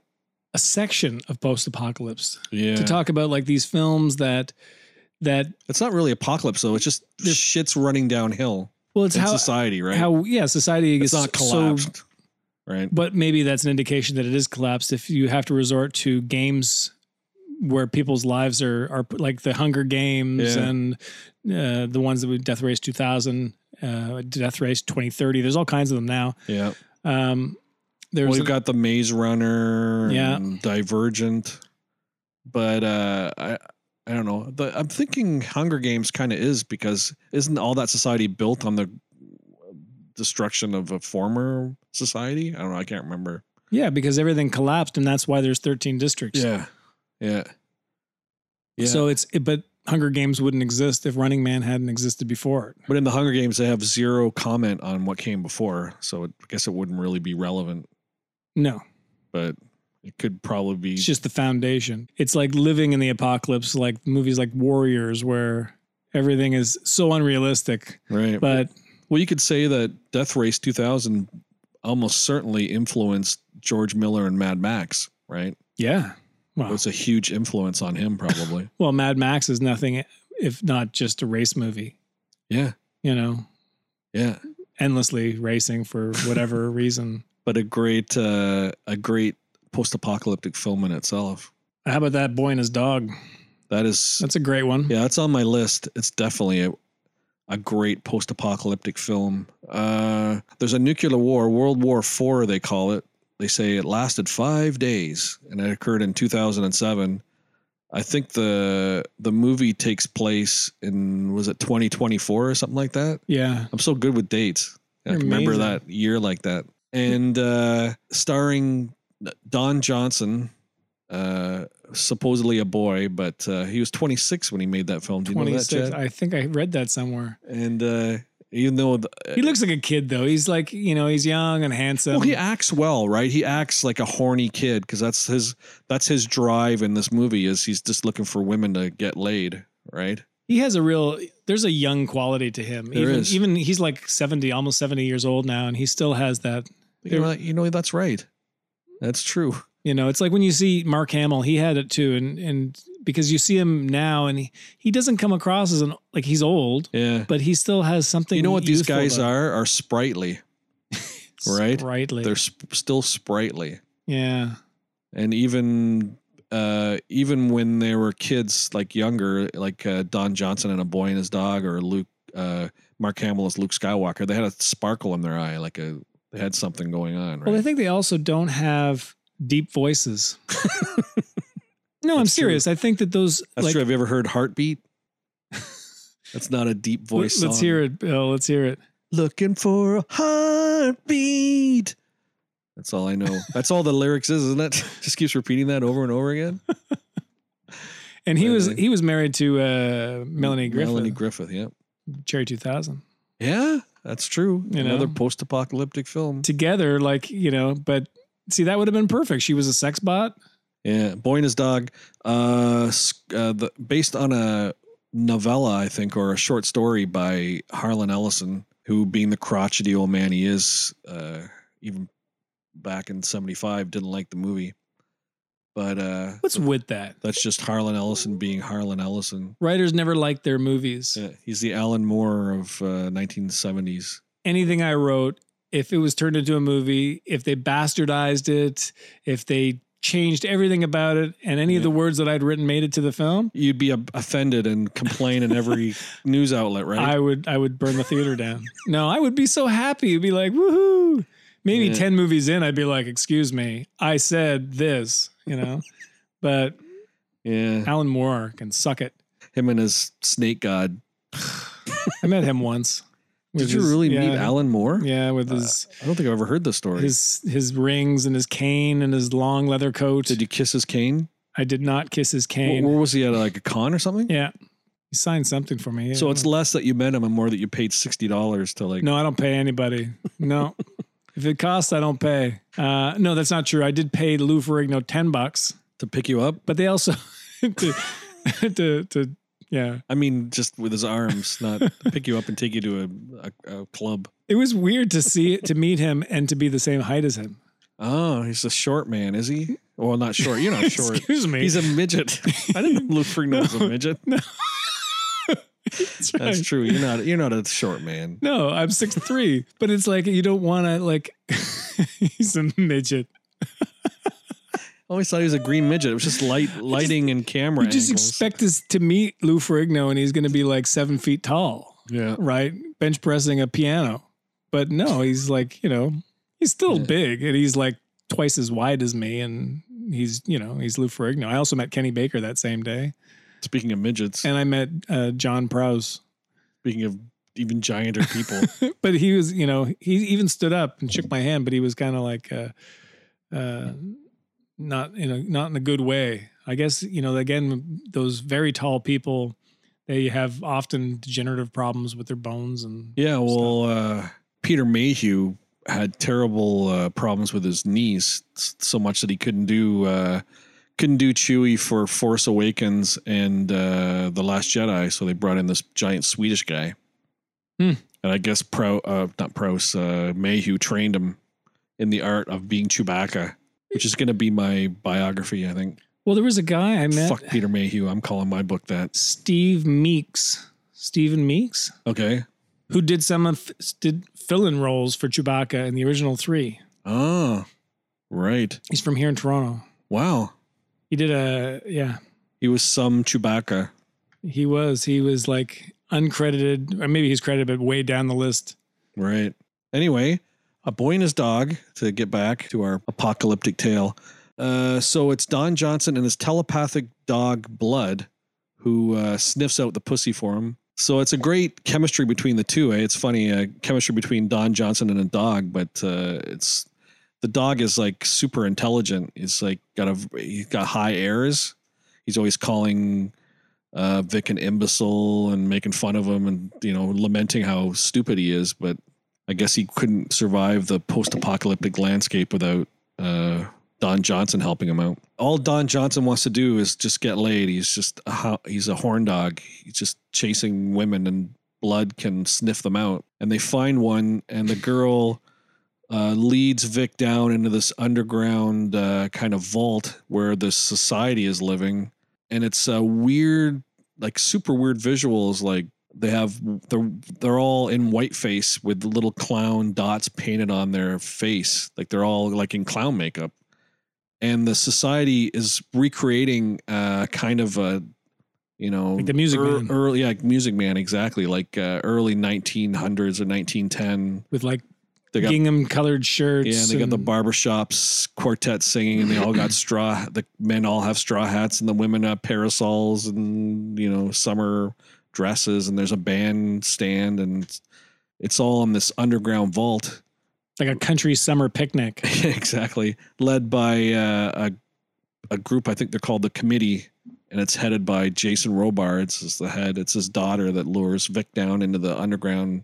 Speaker 5: a section of post apocalypse
Speaker 4: Yeah.
Speaker 5: to talk about like these films that that
Speaker 4: it's not really apocalypse though. It's just
Speaker 5: There's-
Speaker 4: shit's running downhill
Speaker 5: well it's
Speaker 4: in
Speaker 5: how
Speaker 4: society, right?
Speaker 5: how yeah society
Speaker 4: it's
Speaker 5: gets
Speaker 4: not
Speaker 5: so
Speaker 4: collapsed. right.
Speaker 5: but maybe that's an indication that it is collapsed if you have to resort to games where people's lives are are like the Hunger Games
Speaker 4: Yeah.
Speaker 5: and uh, the ones that we Death Race 2000, uh, Death Race 2030. There's all kinds of them now.
Speaker 4: Yeah.
Speaker 5: Um, there's
Speaker 4: Well, we've got the Maze Runner,
Speaker 5: Yeah.
Speaker 4: and Divergent, but uh, I I don't know. The, I'm thinking Hunger Games kind of is because isn't all that society built on the destruction of a former society? I don't know. I can't remember.
Speaker 5: yeah, because everything collapsed, and that's why there's 13 districts.
Speaker 4: yeah, yeah.
Speaker 5: So it's it, but Hunger Games wouldn't exist if Running Man hadn't existed before it.
Speaker 4: but in the Hunger Games, they have zero comment on what came before, so it, I guess it wouldn't really be relevant.
Speaker 5: No,
Speaker 4: But it could probably be.
Speaker 5: it's just the foundation. It's like living in the apocalypse, like movies like Warriors, where everything is so unrealistic.
Speaker 4: right.
Speaker 5: But
Speaker 4: Well, you could say that Death Race 2000 almost certainly influenced George Miller and Mad Max, right?
Speaker 5: yeah,
Speaker 4: It
Speaker 5: well,
Speaker 4: was a huge influence on him, probably.
Speaker 5: well, Mad Max is nothing if not just a race movie.
Speaker 4: yeah,
Speaker 5: You know,
Speaker 4: yeah.
Speaker 5: endlessly racing for whatever reason.
Speaker 4: But a great, uh, a great post-apocalyptic film in itself.
Speaker 5: How about that boy and his dog?
Speaker 4: That is,
Speaker 5: That's a great one.
Speaker 4: yeah, that's on my list. It's definitely a, a great post-apocalyptic film. Uh, there's a nuclear war, World War Four, they call it. They say it lasted five days, and it occurred in 2007. I think the the movie takes place in was it 2024 or something like that.
Speaker 5: Yeah.
Speaker 4: I'm so good with dates. I
Speaker 5: You're
Speaker 4: can remember
Speaker 5: amazing.
Speaker 4: that year like that. And uh, starring Don Johnson, uh, supposedly a boy, but uh, he was 26 when he made that film. Do you know that,
Speaker 5: 26.
Speaker 4: Chad?
Speaker 5: I think I read that somewhere.
Speaker 4: and uh, even though the,
Speaker 5: He looks like a kid though. He's like, you know, he's young and handsome.
Speaker 4: Uh, well, he acts well, right? He acts like a horny kid because that's his that's his drive in this movie is he's just looking for women to get laid, right?
Speaker 5: he has a real there's a young quality to him.
Speaker 4: There
Speaker 5: even
Speaker 4: is.
Speaker 5: even he's like 70, almost 70 years old now and he still has that,
Speaker 4: You know, you know that's right. That's true.
Speaker 5: you know, it's like when you see Mark Hamill, he had it too and and because you see him now and he, he doesn't come across as an like he's old,
Speaker 4: Yeah.
Speaker 5: but he still has something
Speaker 4: you know what these
Speaker 5: youthful
Speaker 4: guys
Speaker 5: about-
Speaker 4: are are sprightly right?
Speaker 5: Sprightly.
Speaker 4: they're sp- still sprightly
Speaker 5: yeah.
Speaker 4: and even uh even when they were kids like younger like uh, don johnson and a boy and his dog or luke uh mark hamill as luke skywalker they had a sparkle in their eye like a they had something going on right
Speaker 5: Well, I think they also don't have deep voices. no, I'm
Speaker 4: That's true.
Speaker 5: serious. I think that those
Speaker 4: that's
Speaker 5: like
Speaker 4: true have you ever heard heartbeat that's not a deep
Speaker 5: Let-
Speaker 4: voice
Speaker 5: Let's
Speaker 4: song.
Speaker 5: hear it, Bill. Let's hear it.
Speaker 4: looking for a heartbeat that's all i know that's all the lyrics is isn't it just keeps repeating that over and over again
Speaker 5: And he was
Speaker 4: Really?
Speaker 5: he was married to uh, Melanie Griffith,
Speaker 4: Melanie Griffith, yeah.
Speaker 5: Cherry 2000.
Speaker 4: Yeah, that's true.
Speaker 5: You
Speaker 4: Another
Speaker 5: know?
Speaker 4: post apocalyptic film.
Speaker 5: Together, like you know, but see that would have been perfect. She was a sex bot.
Speaker 4: Yeah, Boy and His Dog, uh, s- uh the, based on a novella, I think, or a short story by Harlan Ellison, who, being the crotchety old man he is, uh, even back in 75, didn't like the movie. But uh,
Speaker 5: What's with that?
Speaker 4: that's just Harlan Ellison being Harlan Ellison.
Speaker 5: Writers never liked their movies.
Speaker 4: Yeah, he's the Alan Moore of uh, 1970s.
Speaker 5: Anything I wrote, if it was turned into a movie, if they bastardized it, if they changed everything about it, and any
Speaker 4: Yeah.
Speaker 5: of the words that I'd written made it to the film,
Speaker 4: You'd be ob- offended and complain in every news outlet, right?
Speaker 5: I would I would burn the theater down. No, I would be so happy. It'd be like, woohoo. Maybe
Speaker 4: Yeah.
Speaker 5: 10 movies in, I'd be like, excuse me, I said this, you know. but
Speaker 4: yeah.
Speaker 5: Alan Moore can suck it.
Speaker 4: him and his snake god.
Speaker 5: I met him once. with
Speaker 4: Did you
Speaker 5: his-
Speaker 4: really
Speaker 5: yeah,
Speaker 4: meet Uh, Alan Moore?
Speaker 5: Yeah, with his
Speaker 4: I don't think I've ever heard this story.
Speaker 5: his his rings and his cane and his long leather coat.
Speaker 4: Did you kiss his cane?
Speaker 5: I did not kiss his
Speaker 4: Wh-
Speaker 5: cane.
Speaker 4: Where was he at? Like a con or something?
Speaker 5: yeah. He signed something for me.
Speaker 4: So it's less that you met him and more that you paid sixty dollars to like.
Speaker 5: No, I don't pay anybody. No. if it costs, I don't pay. Uh, no, that's not true. I did pay Lou Ferrigno 10 bucks,
Speaker 4: to pick you up.
Speaker 5: but they also to, to to yeah.
Speaker 4: I mean, just with his arms, not to pick you up and take you to a, a, a club.
Speaker 5: It was weird to see to meet him and to be the same height as him.
Speaker 4: Oh, he's a short man, is he? Well, not short. You're not short.
Speaker 5: Excuse me.
Speaker 4: He's a midget. I didn't know Lou Ferrigno was a midget.
Speaker 5: That's right.
Speaker 4: That's true. You're not. You're not a short man.
Speaker 5: No, I'm six three, but it's like you don't want to like. he's a midget.
Speaker 4: always thought he was a green midget. It was just light, lighting and camera.
Speaker 5: You just
Speaker 4: angles.
Speaker 5: expect us to meet Lou Ferrigno and he's going to be like seven feet tall,
Speaker 4: yeah.
Speaker 5: right? Bench pressing a piano. But no, he's like, you know, he's still big and he's like twice as wide as me. And he's, you know, he's Lou Ferrigno. I also met Kenny Baker that same day.
Speaker 4: Speaking of midgets,
Speaker 5: And I met uh, John Prowse.
Speaker 4: speaking of even gianter people,
Speaker 5: But he was, you know, he even stood up and shook my hand, but he was kind of like, uh, uh, not in a not in a good way. I guess you know again those very tall people they have often degenerative problems with their bones and
Speaker 4: yeah. Well, uh, Peter Mayhew had terrible uh, problems with his knees, s- so much that he couldn't do uh, couldn't do Chewie for Force Awakens and uh, the Last Jedi. So they brought in this giant Swedish guy,
Speaker 5: Hmm.
Speaker 4: and I guess Pro uh, not Prouse uh, Mayhew trained him in the art of being Chewbacca, which is going to be my biography, I think.
Speaker 5: well there was a guy I met
Speaker 4: Fuck Peter Mayhew. I'm calling my book that.
Speaker 5: Steve Meeks Stephen Meeks
Speaker 4: Okay.
Speaker 5: who did some of did fill in roles for Chewbacca in the original three.
Speaker 4: Oh, right.
Speaker 5: He's from here in Toronto.
Speaker 4: Wow.
Speaker 5: He did a yeah
Speaker 4: He was some Chewbacca.
Speaker 5: he was he was like uncredited or maybe he's credited but way down the list.
Speaker 4: Right. Anyway, a boy and his dog, to get back to our apocalyptic tale. Uh, so it's Don Johnson and his telepathic dog, Blood, who uh, sniffs out the pussy for him. So it's a great chemistry between the two. Eh? It's funny, uh, chemistry between Don Johnson and a dog, but uh, it's the dog is like super intelligent. He's like got a he's got high airs. He's always calling uh, Vic an imbecile and making fun of him and you know lamenting how stupid he is. But I guess he couldn't survive the post-apocalyptic landscape without uh, Don Johnson helping him out. All Don Johnson wants to do is just get laid. He's just a, ho- he's a horn dog. He's just chasing women and blood can sniff them out. And they find one, and the girl. Uh, leads Vic down into this underground uh, kind of vault where this society is living, and it's a weird like super weird visuals like they have they're they're all in white face with little clown dots painted on their face like they're all like in clown makeup and the society is recreating uh kind of a you know
Speaker 5: Like the Music
Speaker 4: ear-
Speaker 5: Man.
Speaker 4: early yeah music man exactly like uh, early 1900s or 1910
Speaker 5: with like
Speaker 4: They got-
Speaker 5: gingham colored shirts.
Speaker 4: yeah, and they got the
Speaker 5: and-
Speaker 4: barbershops quartet singing, and they all got straw. The men all have straw hats, and the women have parasols and you know summer dresses. And there's a band stand, and it's- it's all in this underground vault.
Speaker 5: like a country summer picnic.
Speaker 4: exactly, led by uh, a a group. I think they're called the Committee, and it's headed by Jason Robards as the head. It's his daughter that lures Vic down into the underground.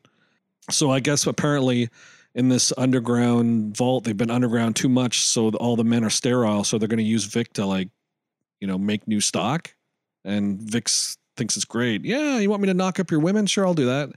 Speaker 4: So I guess apparently in this underground vault, they've been underground too much, so all the men are sterile. So they're going to use Vic to like, you know, make new stock. And Vic's thinks it's great. Yeah, you want me to knock up your women? Sure, I'll do that.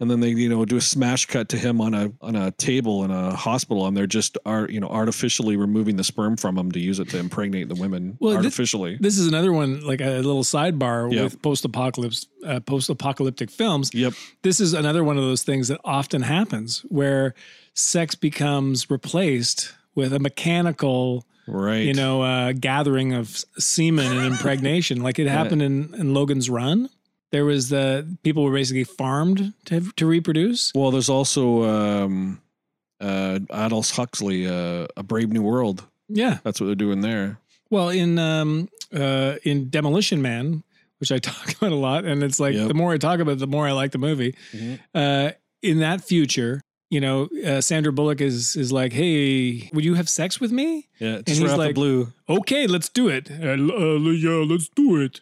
Speaker 4: And then they, you know, do a smash cut to him on a on a table in a hospital, and they're just are you know artificially removing the sperm from him to use it to impregnate the women
Speaker 5: Well, this-
Speaker 4: artificially.
Speaker 5: This is another one, like a little sidebar
Speaker 4: Yeah.
Speaker 5: with post-apocalypse, uh, post-apocalyptic films.
Speaker 4: Yep.
Speaker 5: This is another one of those things that often happens where sex becomes replaced with a mechanical,
Speaker 4: Right.
Speaker 5: you know, uh, gathering of s- semen and impregnation. like it happened in, in Logan's Run. There was the people were basically farmed to, to reproduce.
Speaker 4: Well, there's also um, uh, Aldous Huxley, uh, A Brave New World.
Speaker 5: Yeah.
Speaker 4: That's what they're doing there.
Speaker 5: Well, in um uh in Demolition Man, which I talk about a lot, and it's like
Speaker 4: Yep.
Speaker 5: the more I talk about it, the more I like the movie.
Speaker 4: Mhm.
Speaker 5: Uh in that future, you know, uh, Sandra Bullock is is like, "Hey, would you have sex with me?"
Speaker 4: Yeah,
Speaker 5: he's
Speaker 4: just right out
Speaker 5: like-
Speaker 4: the blue.
Speaker 5: Okay, let's do it. Uh, l- uh, yeah, let's do it.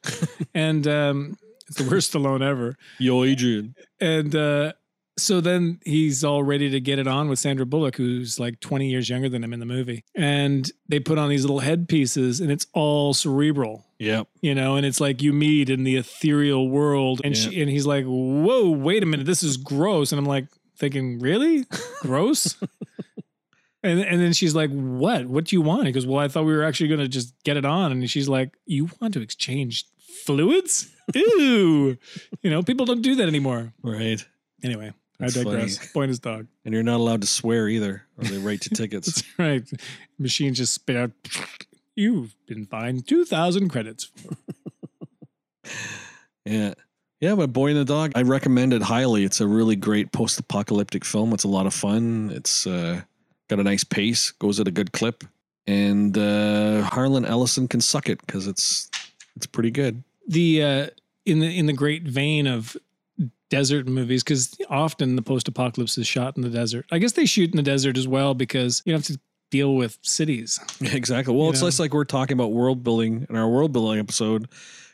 Speaker 5: and um it's the worst alone ever.
Speaker 4: Yo, Adrian.
Speaker 5: And uh so then he's all ready to get it on with Sandra Bullock, who's like 20 years younger than him in the movie. And they put on these little headpieces, and it's all cerebral
Speaker 4: Yep.
Speaker 5: you know, and it's like you meet in the ethereal world, and she, and he's like, "Whoa, wait a minute, this is gross," and I'm like thinking, "Really, gross?" and and then she's like, "What? What do you want?" He goes, "Well, I thought we were actually going to just get it on," and she's like, "You want to exchange fluids? Ew, you know, people don't do that anymore."
Speaker 4: Right.
Speaker 5: Anyway,
Speaker 4: That's
Speaker 5: I
Speaker 4: funny.
Speaker 5: digress. Point is dog.
Speaker 4: And you're not allowed to swear either, or they write you tickets.
Speaker 5: That's right. Machines just spit out. You've been fined 2,000 credits.
Speaker 4: Yeah. Yeah, but Boy and the Dog, I recommend it highly. It's a really great post apocalyptic film. It's a lot of fun. It's uh, got a nice pace, goes at a good clip. And uh, Harlan Ellison can suck it because it's it's pretty good.
Speaker 5: The uh, in the in the great vein of desert movies, because often the post apocalypse is shot in the desert. I guess they shoot in the desert as well because you don't have to deal with cities.
Speaker 4: Exactly. Well,
Speaker 5: You
Speaker 4: it's
Speaker 5: know?
Speaker 4: less like we're talking about world building in our world building episode.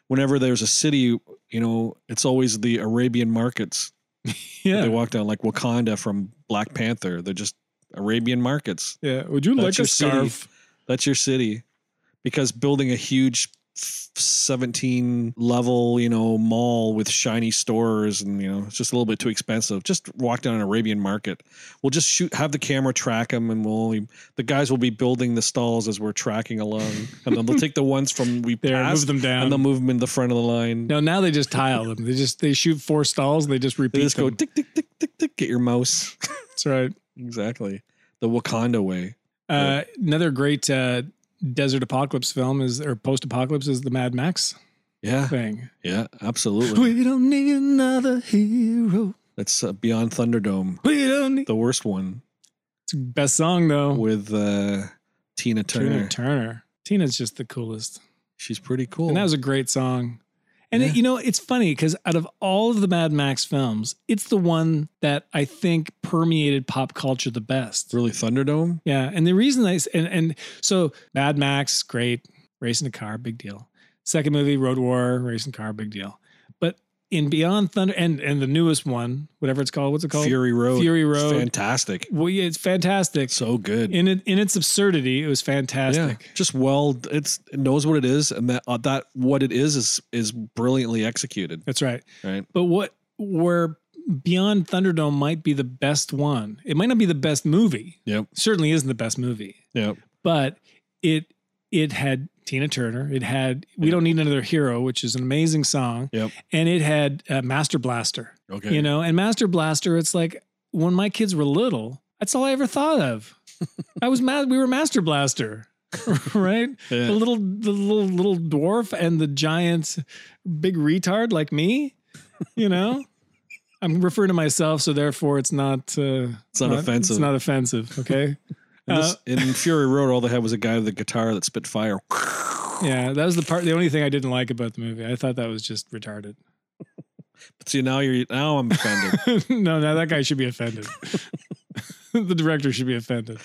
Speaker 4: Whenever there's a city, you know, it's always the Arabian markets. that They
Speaker 5: Yeah,
Speaker 4: walk down like Wakanda from Black Panther. They're just Arabian markets.
Speaker 5: yeah. Would you
Speaker 4: That's
Speaker 5: like
Speaker 4: your
Speaker 5: a
Speaker 4: city.
Speaker 5: scarf?
Speaker 4: That's your city. Because building a huge f- 17 level, you know, mall with shiny stores and, you know, it's just a little bit too expensive. Just walk down an Arabian market. We'll just shoot, have the camera track them and we'll only, the guys will be building the stalls as we're tracking along. And then they'll take the ones from we
Speaker 5: There,
Speaker 4: passed
Speaker 5: move them down.
Speaker 4: and they'll move them in the front of the line.
Speaker 5: No, now they just tile them. They just they shoot four stalls and they just repeat.
Speaker 4: they just go
Speaker 5: them.
Speaker 4: tick, tick, tick, tick, tick, get your mouse.
Speaker 5: That's right.
Speaker 4: exactly. The Wakanda way.
Speaker 5: Uh, another great uh, desert apocalypse film is or post apocalypse is the Mad Max
Speaker 4: Yeah.
Speaker 5: thing.
Speaker 4: Yeah. Absolutely.
Speaker 5: We don't need another hero.
Speaker 4: That's uh, Beyond Thunderdome.
Speaker 5: We don't need.
Speaker 4: The worst one.
Speaker 5: It's the best song though.
Speaker 4: with uh, Tina Turner.
Speaker 5: Tina Turner. Tina's just the coolest,
Speaker 4: She's pretty cool.
Speaker 5: and that was a great song. And it-
Speaker 4: Yeah.
Speaker 5: you know, it's funny because out of all of the Mad Max films, it's the one that I think permeated pop culture the best.
Speaker 4: really Thunderdome.
Speaker 5: Yeah, and the reason I s- and and so Mad Max, great, racing a car, big deal. Second movie, Road War, racing car, big deal. But in Beyond Thunder and and the newest one, whatever it's called, what's it called?
Speaker 4: Fury Road.
Speaker 5: Fury
Speaker 4: It's
Speaker 5: Road.
Speaker 4: Fantastic.
Speaker 5: Well, yeah, it's fantastic.
Speaker 4: So good.
Speaker 5: in it in its absurdity, it was
Speaker 4: yeah,
Speaker 5: fantastic.
Speaker 4: just well, it's it knows what it is, and that uh, that what it is is is brilliantly executed.
Speaker 5: That's right.
Speaker 4: Right?
Speaker 5: But what where Beyond Thunderdome might be the best one. It might not be the best movie.
Speaker 4: Yep.
Speaker 5: Certainly isn't the best movie.
Speaker 4: Yep.
Speaker 5: but it it had Tina Turner. It had "We Don't Need Another Hero," which is an amazing song,
Speaker 4: Yep.
Speaker 5: and it had uh, Master Blaster.
Speaker 4: Okay.
Speaker 5: You know, and Master Blaster. It's like when my kids were little, that's all I ever thought of. I was mad. We were Master Blaster, right?
Speaker 4: Yeah.
Speaker 5: The little the little little dwarf and the giant big retard like me. You know. I'm referring to myself, so therefore it's not uh,
Speaker 4: It's not offensive.
Speaker 5: It's not offensive. Okay. Uh,
Speaker 4: In this- in Fury Road, all they had was a guy with a guitar that spit fire.
Speaker 5: Yeah, that was the part. The only thing I didn't like about the movie, I thought that was just retarded.
Speaker 4: See, now you're now I'm offended.
Speaker 5: no, now that guy should be offended. the director should be offended.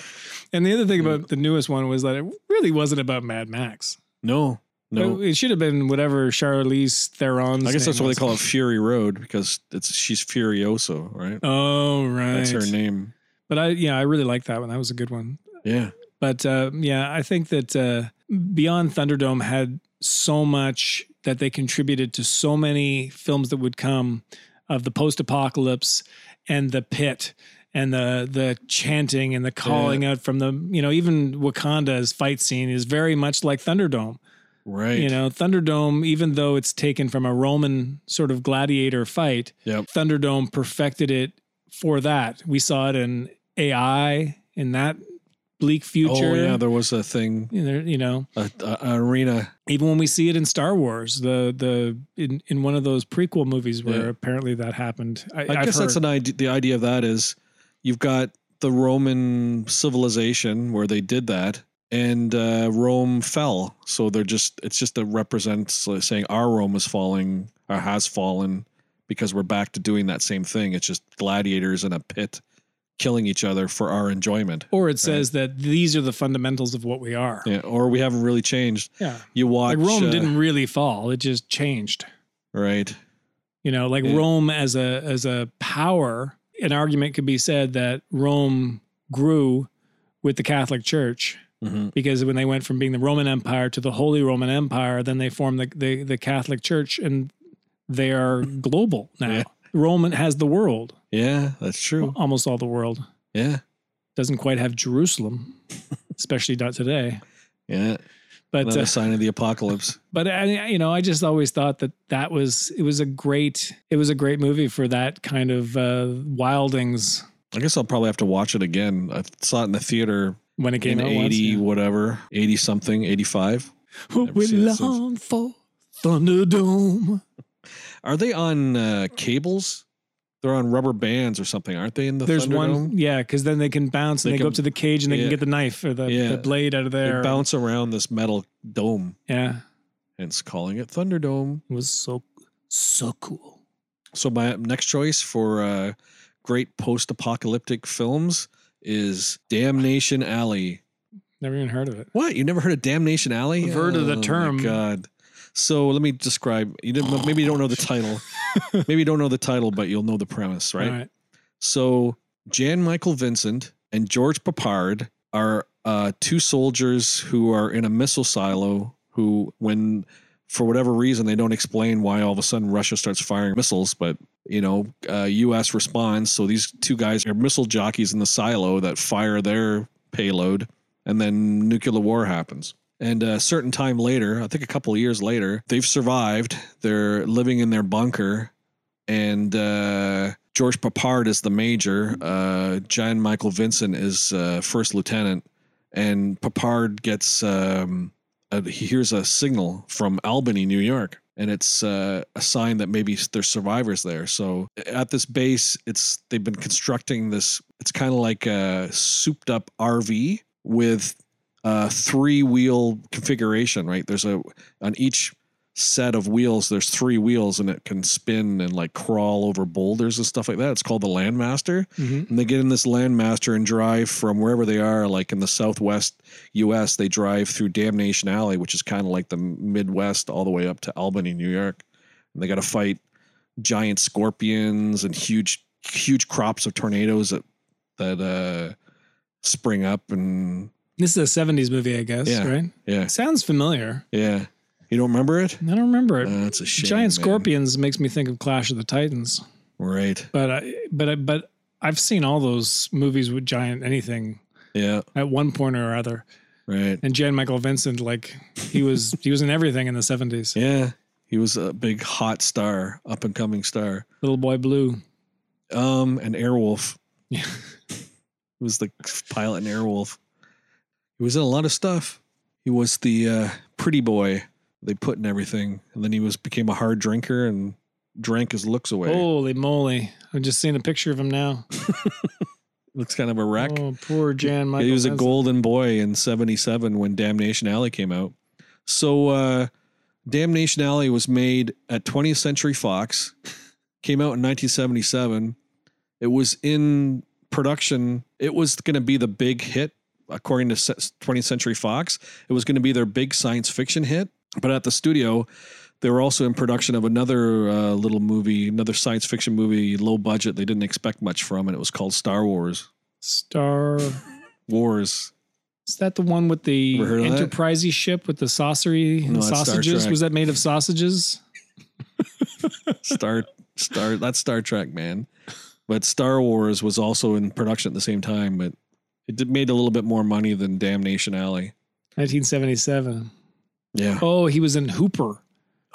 Speaker 5: And the other thing about the newest one was that it really wasn't about Mad Max.
Speaker 4: no, no.
Speaker 5: it should have been whatever Charlize Theron's.
Speaker 4: I guess that's why
Speaker 5: name
Speaker 4: they
Speaker 5: was.
Speaker 4: call it Fury Road because it's she's Furioso, right?
Speaker 5: Oh right,
Speaker 4: That's her name.
Speaker 5: But I, yeah, I really liked that one. That was a good one.
Speaker 4: Yeah.
Speaker 5: But uh, yeah, I think that uh, Beyond Thunderdome had so much that they contributed to so many films that would come of the post-apocalypse and the pit and the the chanting and the calling out from the you know even Wakanda's fight scene is very much like Thunderdome.
Speaker 4: Right.
Speaker 5: You know, Thunderdome, even though it's taken from a Roman sort of gladiator fight,
Speaker 4: Yep.
Speaker 5: Thunderdome perfected it for that. We saw it in AI in that bleak future.
Speaker 4: Oh yeah, there was a thing,
Speaker 5: You know- you know,
Speaker 4: a, a, a arena.
Speaker 5: even when we see it in Star Wars, the the in, in one of those prequel movies where
Speaker 4: Yeah.
Speaker 5: apparently that happened. I,
Speaker 4: I guess that's an idea. The idea of that is, you've got the Roman civilization where they did that, and uh, Rome fell. So they're just it's just a represents like, saying our Rome is falling or has fallen because we're back to doing that same thing. It's just gladiators in a pit killing each other for our enjoyment.
Speaker 5: or it says that these are the fundamentals of what we are.
Speaker 4: Yeah, or we haven't really changed.
Speaker 5: Yeah.
Speaker 4: You watch
Speaker 5: Like Rome
Speaker 4: uh,
Speaker 5: didn't really fall; it just changed.
Speaker 4: right.
Speaker 5: You know, like
Speaker 4: Yeah.
Speaker 5: Rome as a as a power, an argument could be said that Rome grew with the Catholic Church
Speaker 4: Mhm.
Speaker 5: because when they went from being the Roman Empire to the Holy Roman Empire, then they formed the the, the Catholic Church, and they are global now.
Speaker 4: Yeah.
Speaker 5: Rome has the world,
Speaker 4: Yeah, that's true.
Speaker 5: almost all the world.
Speaker 4: Yeah,
Speaker 5: Doesn't quite have Jerusalem, especially not today.
Speaker 4: yeah.
Speaker 5: But
Speaker 4: Another
Speaker 5: uh,
Speaker 4: sign of the apocalypse.
Speaker 5: but I, you know, I just always thought that that was it was a great it was a great movie for that kind of uh, wildings.
Speaker 4: I guess I'll probably have to watch it again. I saw it in the theater
Speaker 5: when it came
Speaker 4: in
Speaker 5: out.
Speaker 4: 80
Speaker 5: Once,
Speaker 4: whatever, 80 something, 85.
Speaker 5: yeah. What we
Speaker 4: seen it since.
Speaker 5: long for Thunderdome.
Speaker 4: Are they on uh, cables? They're on rubber bands or something, aren't they? In the
Speaker 5: There's
Speaker 4: Thunderdome?
Speaker 5: one, yeah, because then they can bounce and
Speaker 4: They
Speaker 5: they,
Speaker 4: can-
Speaker 5: go up to the cage and they
Speaker 4: yeah.
Speaker 5: can get the knife or the,
Speaker 4: Yeah.
Speaker 5: the blade out of
Speaker 4: They
Speaker 5: there.
Speaker 4: bounce around this metal dome,
Speaker 5: Yeah,
Speaker 4: hence calling it Thunderdome.
Speaker 5: it was so so cool.
Speaker 4: So my next choice for uh, great post-apocalyptic films is Damnation Alley.
Speaker 5: Never even heard of it.
Speaker 4: What? You never heard of Damnation Alley?
Speaker 5: I've heard of the
Speaker 4: Oh, my
Speaker 5: term.
Speaker 4: God. So let me describe. You didn't, maybe you don't know the title. maybe you don't know the title, but you'll know the premise, right?
Speaker 5: All right.
Speaker 4: So Jan Michael Vincent and George Papard are uh, two soldiers who are in a missile silo who, when for whatever reason, they don't explain why all of a sudden Russia starts firing missiles, but you know, uh, U.S. responds. So these two guys are missile jockeys in the silo that fire their payload, and then nuclear war happens. And a certain time later, I think a couple of years later, they've survived. They're living in their bunker, and uh, George Papard is the major. Uh, John Michael Vincent is uh, first lieutenant, and Papard gets um, a, he hears a signal from Albany, New York, and it's uh, a sign that maybe there's survivors there. So at this base, it's they've been constructing this. It's kind of like a souped up RV with a three wheel configuration. Right there's a on each set of wheels. There's three wheels and it can spin and like crawl over boulders and stuff like that. It's called the Landmaster.
Speaker 5: Mhm.
Speaker 4: And they get in this Landmaster and drive from wherever they are, like in the Southwest US, they drive through Damnation Alley, which is kind of like the Midwest all the way up to Albany, New York. And they got to fight giant scorpions and huge, huge crops of tornadoes that, that, uh, spring up and
Speaker 5: This is a '70s movie, I guess.
Speaker 4: Yeah.
Speaker 5: Right?
Speaker 4: yeah,
Speaker 5: Sounds familiar.
Speaker 4: yeah. You don't remember it?
Speaker 5: I don't remember it.
Speaker 4: Uh, That's a shame.
Speaker 5: Giant
Speaker 4: man.
Speaker 5: scorpions makes me think of Clash of the Titans.
Speaker 4: Right.
Speaker 5: But I, but I, but I've seen all those movies with giant anything
Speaker 4: Yeah.
Speaker 5: at one point or other.
Speaker 4: Right.
Speaker 5: And Jan Michael Vincent, like he was, he was in everything in the seventies.
Speaker 4: Yeah. He was a big hot star, up and coming star.
Speaker 5: Little Boy Blue.
Speaker 4: Um, and Airwolf.
Speaker 5: Yeah.
Speaker 4: He was the pilot in Airwolf. He was in a lot of stuff. He was the uh, pretty boy they put in everything. And then he was became a hard drinker and drank his looks away.
Speaker 5: Holy moly! I'm just seeing a picture of him now.
Speaker 4: Looks kind of a wreck.
Speaker 5: Oh, poor Jan Michael.
Speaker 4: he was a
Speaker 5: Vincent.
Speaker 4: golden boy in 77 when Damnation Alley came out. So uh Damnation Alley was made at 20th Century Fox, came out in 1977. It was in production. It was going to be the big hit according to se- 20th Century Fox. It was going to be their big science fiction hit, but at the studio they were also in production of another uh, little movie, another science fiction movie, low budget. They didn't expect much from, and it was called Star Wars.
Speaker 5: Star.
Speaker 4: Wars.
Speaker 5: Is that the one with the
Speaker 4: Ever heard of that?
Speaker 5: enterprisey ship with the saucery and
Speaker 4: No, that's Star
Speaker 5: sausages?
Speaker 4: Trek.
Speaker 5: Was that made of sausages?
Speaker 4: Star Star that's Star Trek, man. But Star Wars was also in production at the same time, but it did, made a little bit more money than Damnation Alley.
Speaker 5: 1977.
Speaker 4: Yeah.
Speaker 5: Oh, he was in Hooper.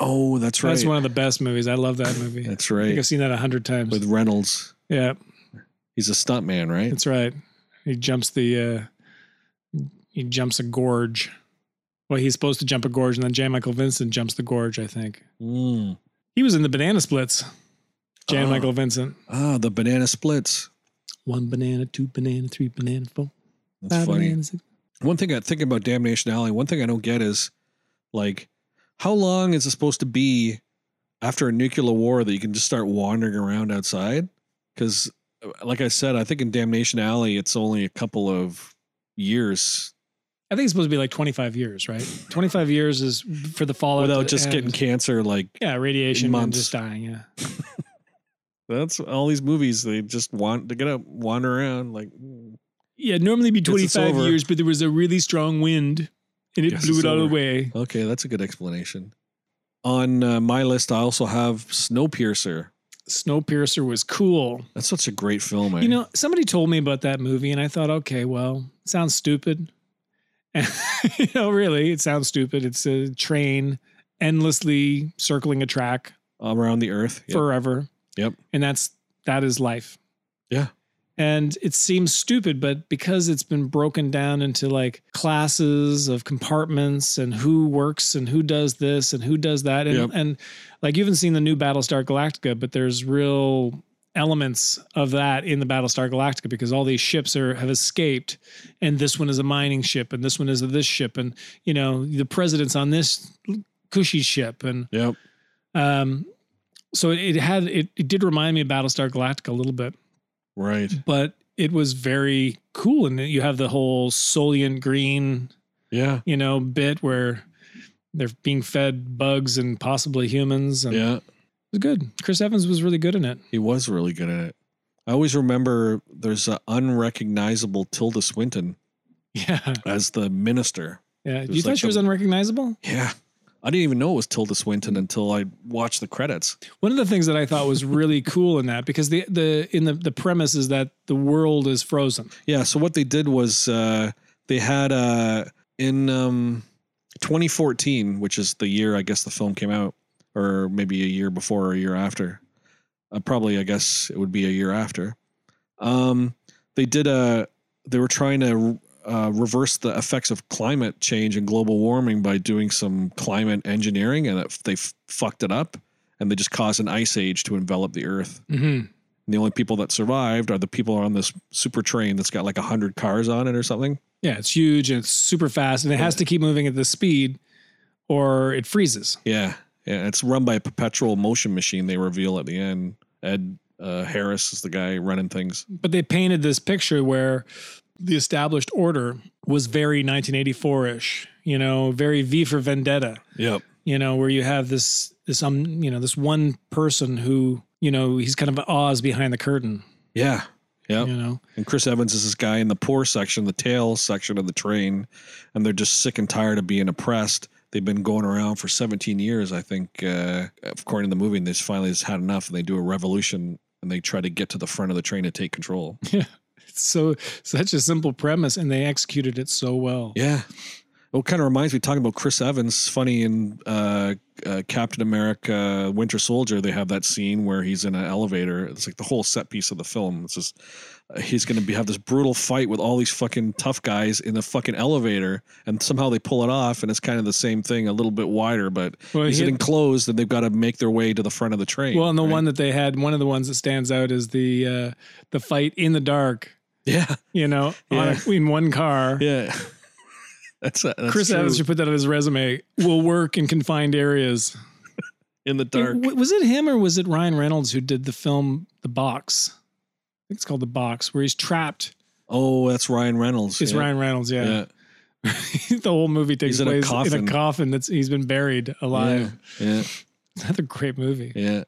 Speaker 4: Oh, that's right.
Speaker 5: That's
Speaker 4: That's,
Speaker 5: one of the best movies. I love that movie. I think
Speaker 4: right.
Speaker 5: I've seen that a hundred times.
Speaker 4: With Reynolds.
Speaker 5: yeah,
Speaker 4: He's a stuntman, right?
Speaker 5: that's right. He jumps the uh he jumps a gorge. Well, he's supposed to jump a gorge, and then Jan Michael Vincent jumps the gorge. I think
Speaker 4: Mm.
Speaker 5: he was in the Banana Splits. Jan
Speaker 4: Oh.
Speaker 5: Michael Vincent.
Speaker 4: Ah, the banana splits.
Speaker 5: Uh-huh. One banana, two banana, three banana, four.
Speaker 4: That's
Speaker 5: five
Speaker 4: funny.
Speaker 5: bananas.
Speaker 4: One thing I think about Damnation Alley, one thing I don't get is like how long is it supposed to be after a nuclear war that you can just start wandering around outside? Because, like I said, I think in Damnation Alley, it's only a couple of years
Speaker 5: I think it's supposed to be like 25 years, right? 25 years is for the fallout
Speaker 4: without
Speaker 5: to
Speaker 4: just
Speaker 5: end.
Speaker 4: getting cancer. Like,
Speaker 5: yeah radiation and
Speaker 4: months.
Speaker 5: just dying. Yeah,
Speaker 4: that's all these movies, they just want to get up, wander around. Like, mm.
Speaker 5: yeah. Normally be
Speaker 4: Guess it's
Speaker 5: 25
Speaker 4: over.
Speaker 5: years, but there was a really strong wind, and it
Speaker 4: Guess
Speaker 5: blew
Speaker 4: it's
Speaker 5: it all
Speaker 4: over.
Speaker 5: away.
Speaker 4: okay, that's a good explanation. On uh, my list, I also have Snowpiercer.
Speaker 5: Snowpiercer was cool.
Speaker 4: That's such a great film.
Speaker 5: You
Speaker 4: eh?
Speaker 5: know, somebody told me about that movie, and I thought, okay, well, it sounds stupid. And, you know, really, it sounds stupid. It's a train endlessly circling a track
Speaker 4: around the earth. Yeah.
Speaker 5: forever.
Speaker 4: Yep.
Speaker 5: And that's that is life.
Speaker 4: Yeah.
Speaker 5: And it seems stupid, but because it's been broken down into like classes of compartments and who works and who does this and who does that. And,
Speaker 4: Yep.
Speaker 5: and like you haven't seen the new Battlestar Galactica, but there's real elements of that in the Battlestar Galactica because all these ships are have escaped and this one is a mining ship and this one is this ship and you know the president's on this cushy ship and
Speaker 4: Yep.
Speaker 5: um so it, it had it, it did remind me of Battlestar Galactica a little bit
Speaker 4: Right.
Speaker 5: but it was very cool and you have the whole Solian green
Speaker 4: Yeah.
Speaker 5: you know bit where they're being fed bugs and possibly humans and
Speaker 4: Yeah.
Speaker 5: it was good Chris Evans was really good in it
Speaker 4: He was really good at it. I always remember there's an unrecognizable Tilda Swinton
Speaker 5: yeah
Speaker 4: as the minister.
Speaker 5: yeah you
Speaker 4: was
Speaker 5: thought
Speaker 4: like
Speaker 5: she was
Speaker 4: the-
Speaker 5: unrecognizable
Speaker 4: Yeah. I didn't even know it was Tilda Swinton until I watched the credits.
Speaker 5: One of the things that I thought was really cool in that because the the in the the premise is that the world is frozen.
Speaker 4: Yeah. So what they did was uh, they had uh, in um, 2014, which is the year I guess the film came out, or maybe a year before or a year after. Uh, probably, I guess it would be a year after. Um, they did a. They were trying to uh, reverse the effects of climate change and global warming by doing some climate engineering, and it, they f- fucked it up, and they just caused an ice age to envelop the Earth.
Speaker 5: Mm-hmm.
Speaker 4: And the only people that survived are the people on this super train that's got like a hundred cars on it or something.
Speaker 5: Yeah, it's huge and it's super fast and it has to keep moving at this speed or it freezes.
Speaker 4: Yeah, yeah. It's run by a perpetual motion machine. They reveal at the end. Ed uh, Harris is the guy running things.
Speaker 5: But they painted this picture where the established order was very 1984ish, you know, very V for Vendetta.
Speaker 4: Yep.
Speaker 5: you know, where you have this this um you know this one person who you know he's kind of Oz behind the curtain,
Speaker 4: Yeah. Yep.
Speaker 5: you know.
Speaker 4: And Chris Evans is this guy in the poor section, the tail section of the train, and they're just sick and tired of being oppressed. They've been going around for 17 years, I think. Uh, according to the movie, and they just finally just had enough, and they do a revolution, and they try to get to the front of the train to take control.
Speaker 5: So such a simple premise, and they executed it so well.
Speaker 4: Yeah. Well, kind of reminds me talking about Chris Evans. Funny in uh, uh, Captain America: Winter Soldier, they have that scene where he's in an elevator. It's like the whole set piece of the film. It's just uh, he's going to be have this brutal fight with all these fucking tough guys in the fucking elevator, and somehow they pull it off. And it's kind of the same thing, a little bit wider, but
Speaker 5: Well,
Speaker 4: he's
Speaker 5: he-
Speaker 4: enclosed, and they've got to make their way to the front of the train.
Speaker 5: Well, and the
Speaker 4: right?
Speaker 5: one that they had, one of the ones that stands out is the uh, the fight in the dark.
Speaker 4: yeah,
Speaker 5: You know,
Speaker 4: Yeah.
Speaker 5: on a, in one car.
Speaker 4: yeah. that's, uh, that's
Speaker 5: Chris
Speaker 4: true.
Speaker 5: Evans should put that on his resume. Will work in confined areas.
Speaker 4: in the dark.
Speaker 5: W- was it him or was it Ryan Reynolds who did the film The Box? I think it's called The Box, where he's trapped.
Speaker 4: Oh, that's Ryan Reynolds.
Speaker 5: It's
Speaker 4: Yeah.
Speaker 5: Ryan Reynolds, yeah.
Speaker 4: Yeah.
Speaker 5: the whole movie takes
Speaker 4: He's in a
Speaker 5: place in
Speaker 4: coffin.
Speaker 5: a coffin that's he's been buried alive.
Speaker 4: Yeah.
Speaker 5: Another great movie.
Speaker 4: Yeah.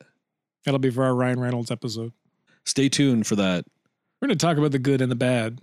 Speaker 5: That'll be for our Ryan Reynolds episode.
Speaker 4: Stay tuned for that.
Speaker 5: We're going to talk about the good and the bad.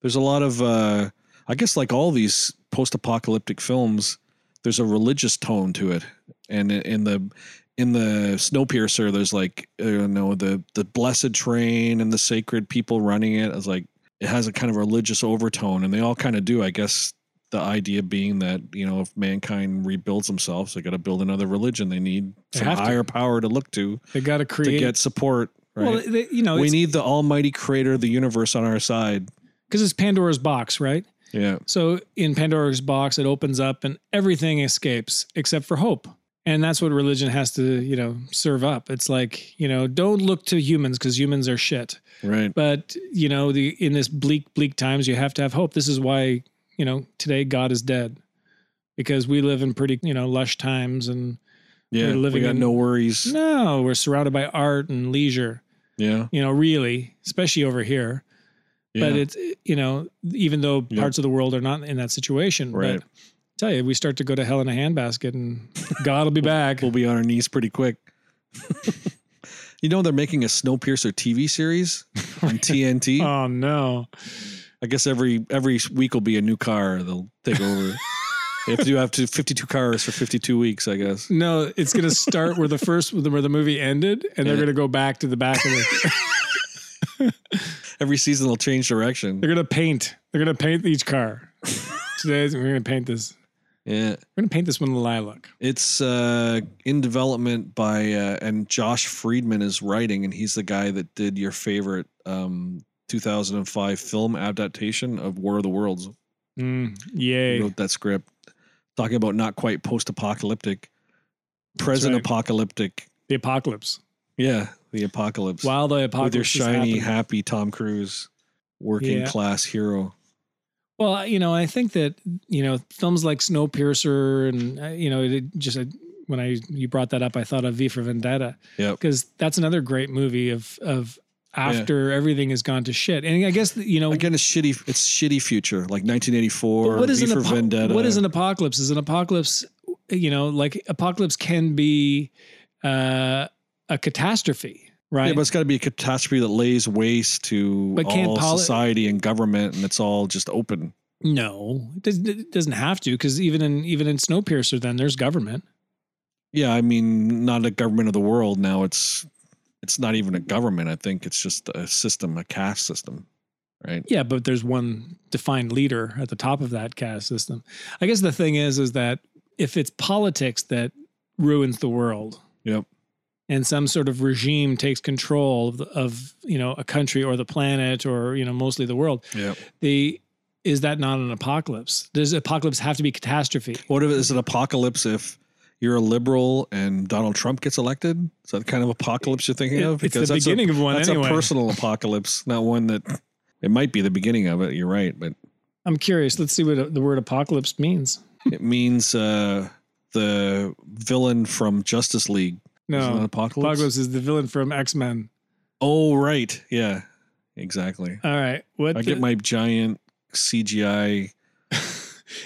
Speaker 4: There's a lot of, uh, I guess, like all these post-apocalyptic films, there's a religious tone to it, and in the in the Snowpiercer, there's like uh, you know the the blessed train and the sacred people running it. It's like it has a kind of religious overtone, and they all kind of do. I guess the idea being that you know if mankind rebuilds themselves, they got to build another religion. They need
Speaker 5: They
Speaker 4: some
Speaker 5: have to.
Speaker 4: higher power to look to
Speaker 5: They got to
Speaker 4: to
Speaker 5: create.
Speaker 4: get support. Right?
Speaker 5: Well, they, you know,
Speaker 4: we
Speaker 5: because
Speaker 4: need the almighty creator of the universe on our side.
Speaker 5: it's, Pandora's box, right?
Speaker 4: Yeah.
Speaker 5: So in Pandora's box, it opens up and everything escapes except for hope. And that's what religion has to, you know, serve up. It's like, you know, don't look to humans because humans are shit.
Speaker 4: Right.
Speaker 5: But, you know, the in this bleak, bleak times, you have to have hope. This is why, you know, today God is dead because we live in pretty, you know, lush times and
Speaker 4: Yeah.
Speaker 5: we're living
Speaker 4: we got
Speaker 5: in-
Speaker 4: no worries.
Speaker 5: No, we're surrounded by art and leisure,
Speaker 4: Yeah.
Speaker 5: you know, really, especially over here.
Speaker 4: yeah.
Speaker 5: But it's, you know, even though
Speaker 4: Yeah.
Speaker 5: parts of the world are not in that situation.
Speaker 4: Right.
Speaker 5: But I tell you, we start to go to hell in a handbasket and God will be back.
Speaker 4: we'll be on our knees pretty quick. you know they're making a Snowpiercer TV series on TNT.
Speaker 5: oh, no.
Speaker 4: I guess every every week will be a new car. They'll take over. they have to do have to 52 cars for 52 weeks, I guess.
Speaker 5: No, it's going to start where the first, where the movie ended, and they're
Speaker 4: Yeah.
Speaker 5: going to go back to the back of the,
Speaker 4: Every season they'll change direction.
Speaker 5: they're going to paint. They're going to paint each car. Today, we're going to paint this.
Speaker 4: Yeah.
Speaker 5: We're going to paint this one lilac.
Speaker 4: It's uh, in development by uh, and Josh Friedman is writing, and he's the guy that did your favorite um, 2005 film adaptation of War of the Worlds.
Speaker 5: Mm,
Speaker 4: He
Speaker 5: yay.
Speaker 4: wrote that script, talking about not quite post-apocalyptic, present
Speaker 5: right.
Speaker 4: apocalyptic.
Speaker 5: The apocalypse.
Speaker 4: Yeah, the apocalypse.
Speaker 5: While the
Speaker 4: with
Speaker 5: apocalypse
Speaker 4: your
Speaker 5: is
Speaker 4: shiny,
Speaker 5: happening.
Speaker 4: happy Tom Cruise, working
Speaker 5: Yeah.
Speaker 4: class hero.
Speaker 5: Well, you know, I think that you know films like Snowpiercer and uh, you know, it just uh, when I you brought that up, I thought of V for Vendetta
Speaker 4: Yep.
Speaker 5: because that's another great movie of of after everything has gone to shit. And I guess that, you know,
Speaker 4: Again, it's shitty. It's shitty future, like 1984.
Speaker 5: But what is
Speaker 4: V
Speaker 5: an
Speaker 4: for
Speaker 5: apo-
Speaker 4: Vendetta?
Speaker 5: What is an apocalypse? Is an apocalypse, you know, like apocalypse can be uh, a catastrophe, right?
Speaker 4: Yeah, but it's got to be a catastrophe that lays waste to
Speaker 5: But can't
Speaker 4: all
Speaker 5: poli-
Speaker 4: society and government, and it's all just open.
Speaker 5: no, it doesn't, it doesn't have to because even in even in Snowpiercer, then there's government.
Speaker 4: Yeah, I mean, not a government of the world now. It's it's not even a government. I think it's just a system, a caste system, right?
Speaker 5: Yeah, but there's one defined leader at the top of that caste system. I guess the thing is, is that if it's politics that ruins the world,
Speaker 4: Yep.
Speaker 5: and some sort of regime takes control of, the- of you know a country or the planet or you know mostly the world,
Speaker 4: Yep.
Speaker 5: the is that not an apocalypse? Does apocalypse have to be catastrophe?
Speaker 4: What if it's an apocalypse if you're a liberal and Donald Trump gets elected? Is that the kind of apocalypse you're thinking
Speaker 5: It-
Speaker 4: of?
Speaker 5: it's the
Speaker 4: that's
Speaker 5: beginning
Speaker 4: a,
Speaker 5: of one
Speaker 4: That's
Speaker 5: anyway.
Speaker 4: a personal apocalypse, not one that it might be the beginning of it. You're right, but
Speaker 5: I'm curious. Let's see what the word apocalypse means.
Speaker 4: it means uh, the villain from Justice League. Isn't that
Speaker 5: No,
Speaker 4: apocalypse?
Speaker 5: apocalypse is the villain from X Men.
Speaker 4: Oh, right. Yeah, exactly.
Speaker 5: All right, what
Speaker 4: I get
Speaker 5: the-
Speaker 4: my giant CGI.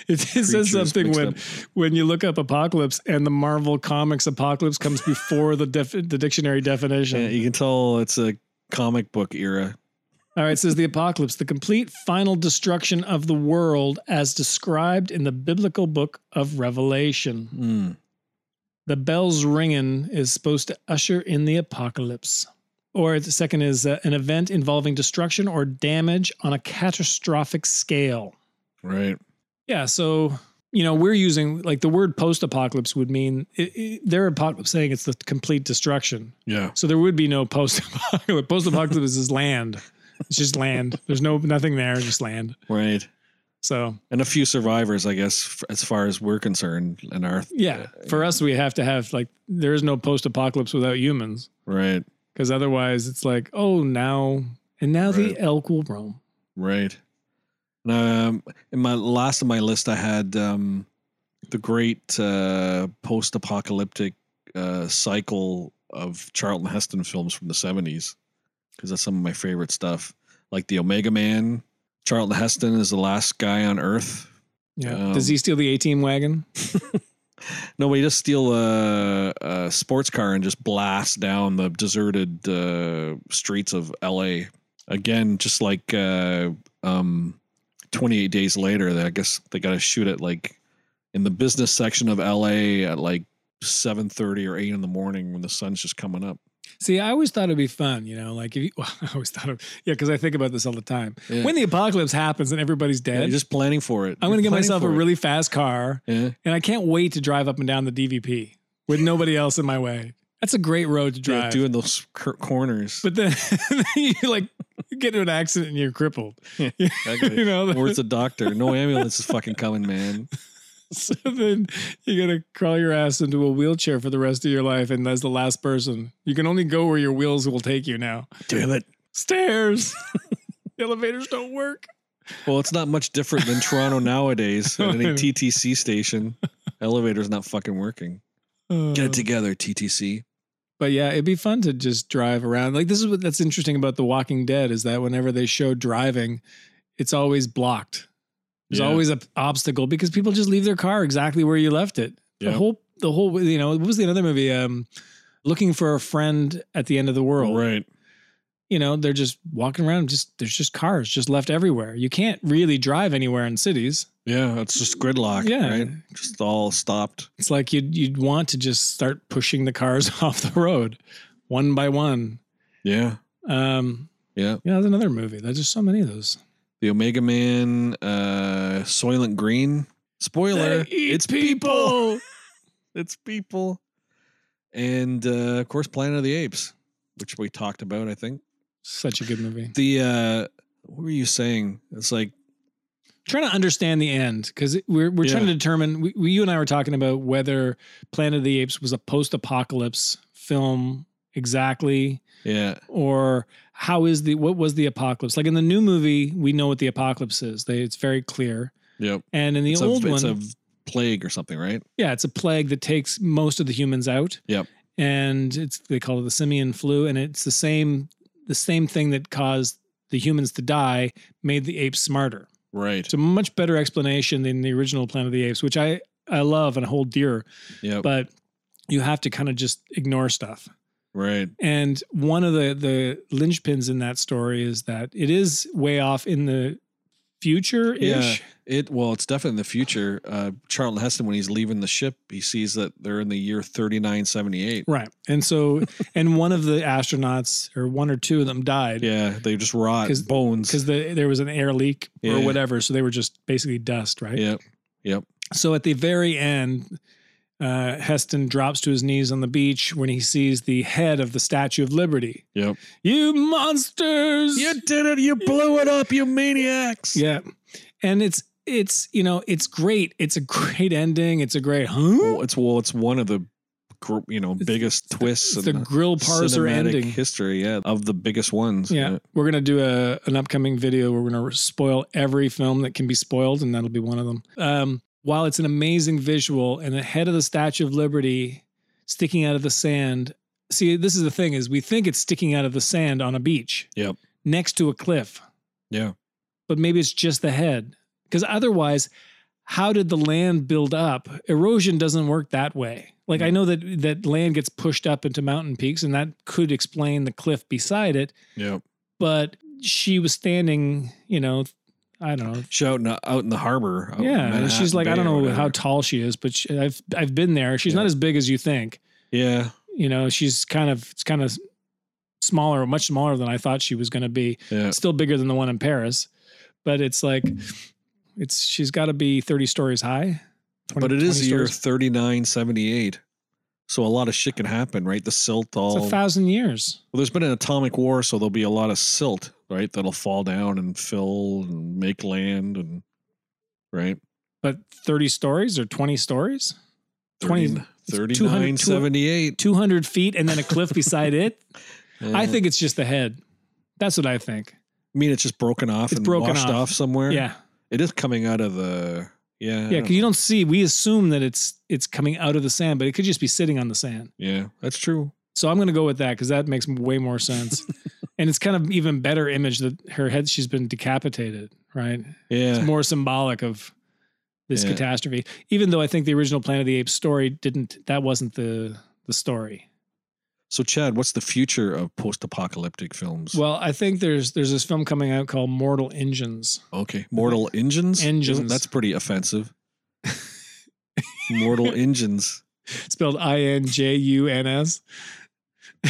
Speaker 5: it, it says
Speaker 4: creatures
Speaker 5: something
Speaker 4: mixed
Speaker 5: when
Speaker 4: up.
Speaker 5: when you look up apocalypse and the Marvel Comics apocalypse comes before the def, the dictionary definition.
Speaker 4: Yeah, you can tell it's a comic book era.
Speaker 5: All right, it says the apocalypse, the complete final destruction of the world as described in the biblical book of Revelation.
Speaker 4: Mm.
Speaker 5: The bells ringing is supposed to usher in the apocalypse. Or the second is uh, an event involving destruction or damage on a catastrophic scale.
Speaker 4: Right.
Speaker 5: Yeah, so you know we're using like the word post-apocalypse would mean it, it, they're apocalypse saying it's the complete destruction.
Speaker 4: Yeah.
Speaker 5: So there would be no post-apocalypse. Post-apocalypse is land. It's just land. There's no nothing there. Just land.
Speaker 4: Right.
Speaker 5: So
Speaker 4: And a few survivors, I guess, f- as far as we're concerned, and our
Speaker 5: yeah, for us we have to have like there is no post-apocalypse without humans.
Speaker 4: right,
Speaker 5: because otherwise it's like oh now and now
Speaker 4: Right.
Speaker 5: the elk will roam
Speaker 4: right. And um, in my last of my list, I had um, the great uh, post-apocalyptic uh, cycle of Charlton Heston films from the '70s, because that's some of my favorite stuff, like the Omega Man. Charlton Heston is the last guy on Earth.
Speaker 5: yeah
Speaker 4: Um,
Speaker 5: does he steal the a-team wagon
Speaker 4: No, but he just steal a, a sports car and just blast down the deserted uh, streets of L.A. Again, just like uh, um, 28 days later, that I guess they got to shoot it like in the business section of L.A. at like 7:30 or 8 in the morning when the sun's just coming up.
Speaker 5: see i always thought it'd be fun you know like if you well, i always thought of yeah because i think about this all the time
Speaker 4: Yeah.
Speaker 5: when the apocalypse happens and everybody's dead
Speaker 4: You're just planning for it.
Speaker 5: i'm gonna
Speaker 4: You're
Speaker 5: get
Speaker 4: planning
Speaker 5: myself a
Speaker 4: for it.
Speaker 5: really fast car
Speaker 4: yeah.
Speaker 5: and i can't wait to drive up and down the dvp with nobody else in my way that's a great road to
Speaker 4: Yeah,
Speaker 5: drive
Speaker 4: doing those cor- corners.
Speaker 5: but then you like you get into an accident and you're crippled
Speaker 4: Exactly.
Speaker 5: you know
Speaker 4: Where's the doctor? No ambulance is fucking coming, man.
Speaker 5: So then you gotta crawl your ass into a wheelchair for the rest of your life, and as the last person, you can only go where your wheels will take you now.
Speaker 4: Damn it.
Speaker 5: Stairs, elevators don't work.
Speaker 4: Well, it's not much different than Toronto nowadays. At any
Speaker 5: Right.
Speaker 4: TTC station, elevator's not fucking working. Get
Speaker 5: Uh,
Speaker 4: it together, TTC.
Speaker 5: but yeah, it'd be fun to just drive around. Like this is what that's interesting about The Walking Dead is that whenever they show driving, it's always blocked. There's
Speaker 4: Yeah.
Speaker 5: always an obstacle because people just leave their car exactly where you left it. The
Speaker 4: Yeah.
Speaker 5: whole, the whole, you know, what was the other movie? Um, looking for a friend at the end of the world.
Speaker 4: Right.
Speaker 5: you know they're just walking around just there's just cars just left everywhere you can't really drive anywhere in cities
Speaker 4: Yeah, it's just gridlock.
Speaker 5: Yeah.
Speaker 4: Right. Just all stopped.
Speaker 5: it's like you'd you'd want to just start pushing the cars off the road one by one
Speaker 4: Yeah.
Speaker 5: um
Speaker 4: Yeah.
Speaker 5: yeah that's another movie there's just so many of those
Speaker 4: The Omega Man, uh, Soylent Green. Spoiler. It's people. It's people. And uh, of course, Planet of the Apes, which we talked about, I think.
Speaker 5: Such a good movie.
Speaker 4: The uh what were you saying? It's like
Speaker 5: trying to understand the end because we're, we're trying to
Speaker 4: Yeah.
Speaker 5: determine we, we, you and i were talking about whether planet of the apes was a post-apocalypse film exactly
Speaker 4: yeah,
Speaker 5: or how is the what was the apocalypse like in the new movie we know what the apocalypse is they, it's very clear
Speaker 4: yep.
Speaker 5: and in the
Speaker 4: it's
Speaker 5: old
Speaker 4: a, it's
Speaker 5: one
Speaker 4: a plague or something, right?
Speaker 5: yeah it's a plague that takes most of the humans out
Speaker 4: Yep.
Speaker 5: and it's they call it the simian flu and it's the same the same thing that caused the humans to die made the apes smarter
Speaker 4: Right.
Speaker 5: it's a much better explanation than the original Planet of the Apes, which I I love and hold dear,
Speaker 4: Yep.
Speaker 5: but you have to kind of just ignore stuff.
Speaker 4: right.
Speaker 5: And one of the the linchpins in that story is that it is way off in the future ish.
Speaker 4: It well, it's definitely in the future. Uh Charlton Heston when he's leaving the ship, he sees that they're in the year 3978.
Speaker 5: Right. And so and one of the astronauts or one or two of them died
Speaker 4: Yeah, they just rot
Speaker 5: 'Cause-
Speaker 4: bones.
Speaker 5: because the, there was an air leak or
Speaker 4: Yeah.
Speaker 5: whatever, so they were just basically dust, right?
Speaker 4: Yep. Yep.
Speaker 5: So at the very end, uh, Heston drops to his knees on the beach when he sees the head of the Statue of Liberty.
Speaker 4: Yep.
Speaker 5: You monsters!
Speaker 4: did it. You blew it up, you maniacs.
Speaker 5: yeah, and it's it's you know it's great. It's a great ending. It's a great huh?
Speaker 4: Well, it's well, it's one of the gr- you know biggest twists
Speaker 5: It's
Speaker 4: in
Speaker 5: the grill parser
Speaker 4: cinematic
Speaker 5: ending.
Speaker 4: history. Yeah, of the biggest ones.
Speaker 5: Yeah, we're gonna do a an upcoming video where we're gonna spoil every film that can be spoiled, and that'll be one of them. Um, while it's an amazing visual, and the head of the Statue of Liberty sticking out of the sand. See, this is the thing: is we think it's sticking out of the sand on a beach,
Speaker 4: Yep.
Speaker 5: next to a cliff,
Speaker 4: Yeah.
Speaker 5: but maybe it's just the head. Because otherwise, how did the land build up? Erosion doesn't work that way. Like I know that that land gets pushed up into mountain peaks, and that could explain the cliff beside it
Speaker 4: Yeah.
Speaker 5: but she was standing, you know, I don't know.
Speaker 4: Shouting out in the harbor. out in
Speaker 5: yeah, and
Speaker 4: Manhattan
Speaker 5: she's like,
Speaker 4: Bay
Speaker 5: I don't
Speaker 4: or
Speaker 5: know
Speaker 4: whatever.
Speaker 5: how tall she is, but she, I've I've been there. She's not
Speaker 4: Yeah.
Speaker 5: as big as you think.
Speaker 4: yeah.
Speaker 5: You know, she's kind of it's kind of smaller, much smaller than I thought she was going to be.
Speaker 4: Yeah.
Speaker 5: Still bigger than the one in Paris, but it's like it's she's got to be thirty stories high. 20
Speaker 4: But it is
Speaker 5: 20
Speaker 4: the year
Speaker 5: stories.
Speaker 4: 3978. So a lot of shit can happen, right? The silt all.
Speaker 5: It's a thousand years.
Speaker 4: well, there's been an atomic war, so there'll be a lot of silt, right? That'll fall down and fill and make land and right.
Speaker 5: But thirty stories or twenty stories, 20
Speaker 4: Thirty- 3978.
Speaker 5: two hundred feet, and then a cliff beside it. I
Speaker 4: Yeah.
Speaker 5: think it's just the head. That's what I think.
Speaker 4: I mean, it's just broken off
Speaker 5: It's
Speaker 4: and
Speaker 5: broken
Speaker 4: washed
Speaker 5: off.
Speaker 4: off. somewhere.
Speaker 5: Yeah,
Speaker 4: it is coming out of the yeah. I
Speaker 5: yeah.
Speaker 4: don't
Speaker 5: Because you don't see. We assume that it's it's coming out of the sand, but it could just be sitting on the sand.
Speaker 4: know. yeah, that's true.
Speaker 5: So I'm gonna go with that because that makes way more sense, and it's kind of even better image that her head she's been decapitated. Right,
Speaker 4: Yeah,
Speaker 5: it's more symbolic of this
Speaker 4: Yeah.
Speaker 5: catastrophe. Even though I think the original Planet of the Apes story didn't. That wasn't the the story.
Speaker 4: So, Chad, what's the future of post-apocalyptic films?
Speaker 5: Well, I think there's there's this film coming out called Mortal Engines.
Speaker 4: okay, Mortal Engines.
Speaker 5: Engines.
Speaker 4: That's pretty offensive. Mortal Engines.
Speaker 5: spelled I N J U N S.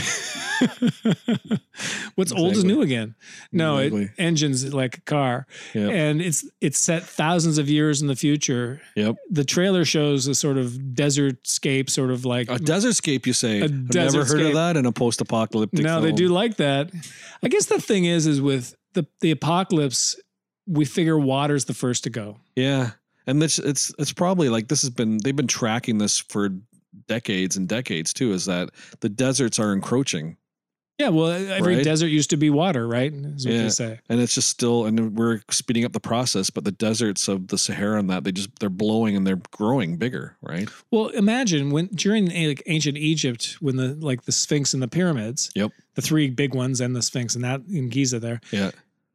Speaker 5: What's old is
Speaker 4: Exactly.
Speaker 5: new again. No, it,
Speaker 4: Exactly.
Speaker 5: engines like a car,
Speaker 4: Yep.
Speaker 5: and it's it's set thousands of years in the future.
Speaker 4: Yep.
Speaker 5: The trailer shows a sort of desert scape, sort of like
Speaker 4: A desertscape, you say?
Speaker 5: A
Speaker 4: I've never heard
Speaker 5: desertscape.
Speaker 4: of that in a post-apocalyptic.
Speaker 5: no, they
Speaker 4: film.
Speaker 5: do like that. I guess the thing is, is with the the apocalypse, we figure water's the first to go.
Speaker 4: Yeah, and this it's it's probably like this has been they've been tracking this for decades and decades too. Is that the deserts are encroaching,
Speaker 5: Yeah, well, every
Speaker 4: Right.
Speaker 5: desert used to be water, right? Is what they
Speaker 4: Yeah.
Speaker 5: say.
Speaker 4: and it's just still, and we're speeding up the process. But the deserts of the Sahara and that they just they're blowing and they're growing bigger, right?
Speaker 5: Well, imagine when during eh, like ancient Egypt, when the like the Sphinx and the pyramids,
Speaker 4: Yep.
Speaker 5: the three big ones and the Sphinx and that in Giza there,
Speaker 4: Yeah,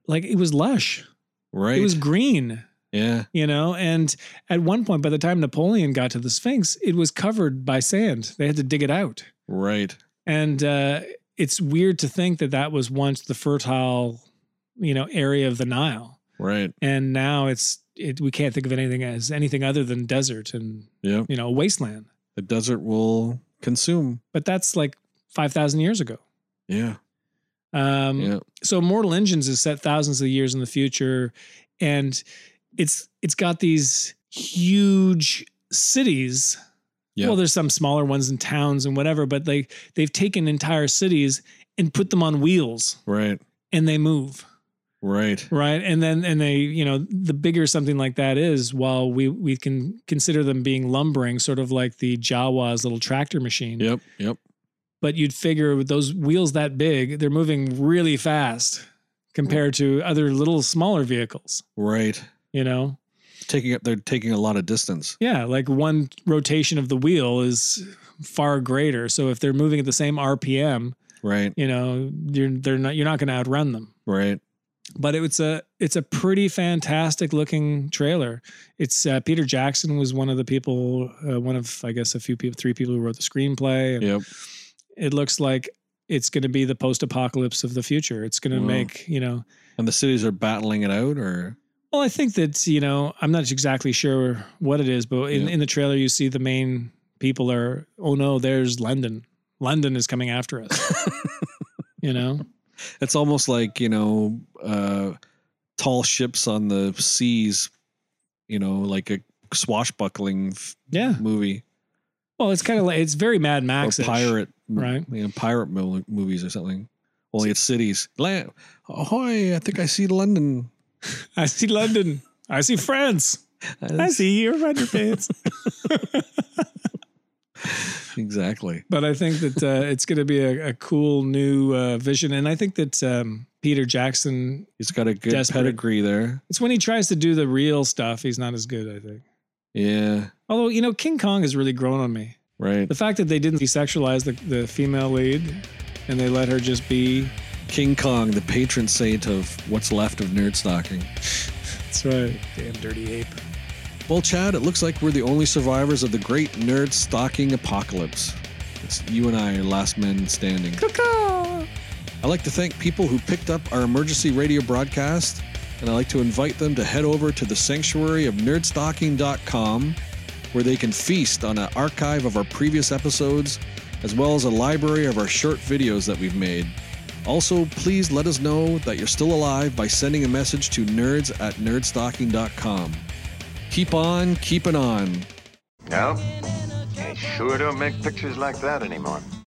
Speaker 5: like it was lush,
Speaker 4: right.
Speaker 5: it was green,
Speaker 4: yeah,
Speaker 5: you know. And at one point, by the time Napoleon got to the Sphinx, it was covered by sand. They had to dig it out,
Speaker 4: right.
Speaker 5: and uh, it's weird to think that that was once the fertile, you know, area of the Nile,
Speaker 4: Right.
Speaker 5: and now it's it. We can't think of anything as anything other than desert and
Speaker 4: Yeah.
Speaker 5: you know wasteland.
Speaker 4: The desert will consume.
Speaker 5: But that's like five thousand years ago.
Speaker 4: Yeah.
Speaker 5: Um,
Speaker 4: Yeah.
Speaker 5: So Mortal Engines is set thousands of years in the future, and it's it's got these huge cities
Speaker 4: Yeah.
Speaker 5: Well, there's some smaller ones in towns and whatever, but like they've taken entire cities and put them on wheels
Speaker 4: Right.
Speaker 5: and they move.
Speaker 4: Right.
Speaker 5: Right. And then and they, you know, the bigger something like that is, while we we can consider them being lumbering, sort of like the Jawa's little tractor machine.
Speaker 4: Yep. Yep.
Speaker 5: But you'd figure with those wheels that big, they're moving really fast compared to other little smaller vehicles,
Speaker 4: Right.
Speaker 5: you know?
Speaker 4: Taking up. They're taking a lot of distance.
Speaker 5: Yeah, like one rotation of the wheel is far greater. So if they're moving at the same RPM,
Speaker 4: Right.
Speaker 5: you know, you're they're not you're not going to outrun them.
Speaker 4: Right.
Speaker 5: But it's a it's a pretty fantastic looking trailer. It's uh, Peter Jackson was one of the people, uh, one of I guess a few people, three people who wrote the screenplay. And
Speaker 4: Yep.
Speaker 5: It looks like it's going to be the post apocalypse of the future. It's going to
Speaker 4: Wow.
Speaker 5: make you know
Speaker 4: And the cities are battling it out, or
Speaker 5: Well, I think that you know I'm not exactly sure what it is, but in,
Speaker 4: Yeah.
Speaker 5: in the trailer you see the main people are oh no, there's London. London is coming after us. you know,
Speaker 4: it's almost like you know, uh, tall ships on the seas. You know, like a swashbuckling f-
Speaker 5: yeah.
Speaker 4: movie
Speaker 5: Well, it's kind of like it's very Mad Max.
Speaker 4: or pirate,
Speaker 5: right?
Speaker 4: You know, pirate mo- movies or something. Only it's cities. Land. Ahoy! I think I see London.
Speaker 5: I see London. I see France. I see your underpants.
Speaker 4: Exactly.
Speaker 5: but I think that uh, it's going to be a, a cool new uh, vision, and I think that um, Peter Jackson.
Speaker 4: He's got a good
Speaker 5: Desperate.
Speaker 4: pedigree there.
Speaker 5: It's when he tries to do the real stuff, he's not as good. I think.
Speaker 4: Yeah.
Speaker 5: Although you know, King Kong has really grown on me.
Speaker 4: Right.
Speaker 5: The fact that they didn't desexualize the, the female lead and they let her just be.
Speaker 4: King Kong, the patron saint of what's left of nerd stocking.
Speaker 5: That's right. Damn dirty ape.
Speaker 4: Well, Chad, it looks like we're the only survivors of the great nerd stocking apocalypse. It's you and I are last men standing. I'd like to thank people who picked up our emergency radio broadcast, and I'd like to invite them to head over to the sanctuary of nerdstocking.com, where they can feast on an archive of our previous episodes, as well as a library of our short videos that we've made. Also, please let us know that you're still alive by sending a message to nerds at nerdstocking.com. Keep on keeping on.
Speaker 1: No? They sure don't make pictures like that anymore.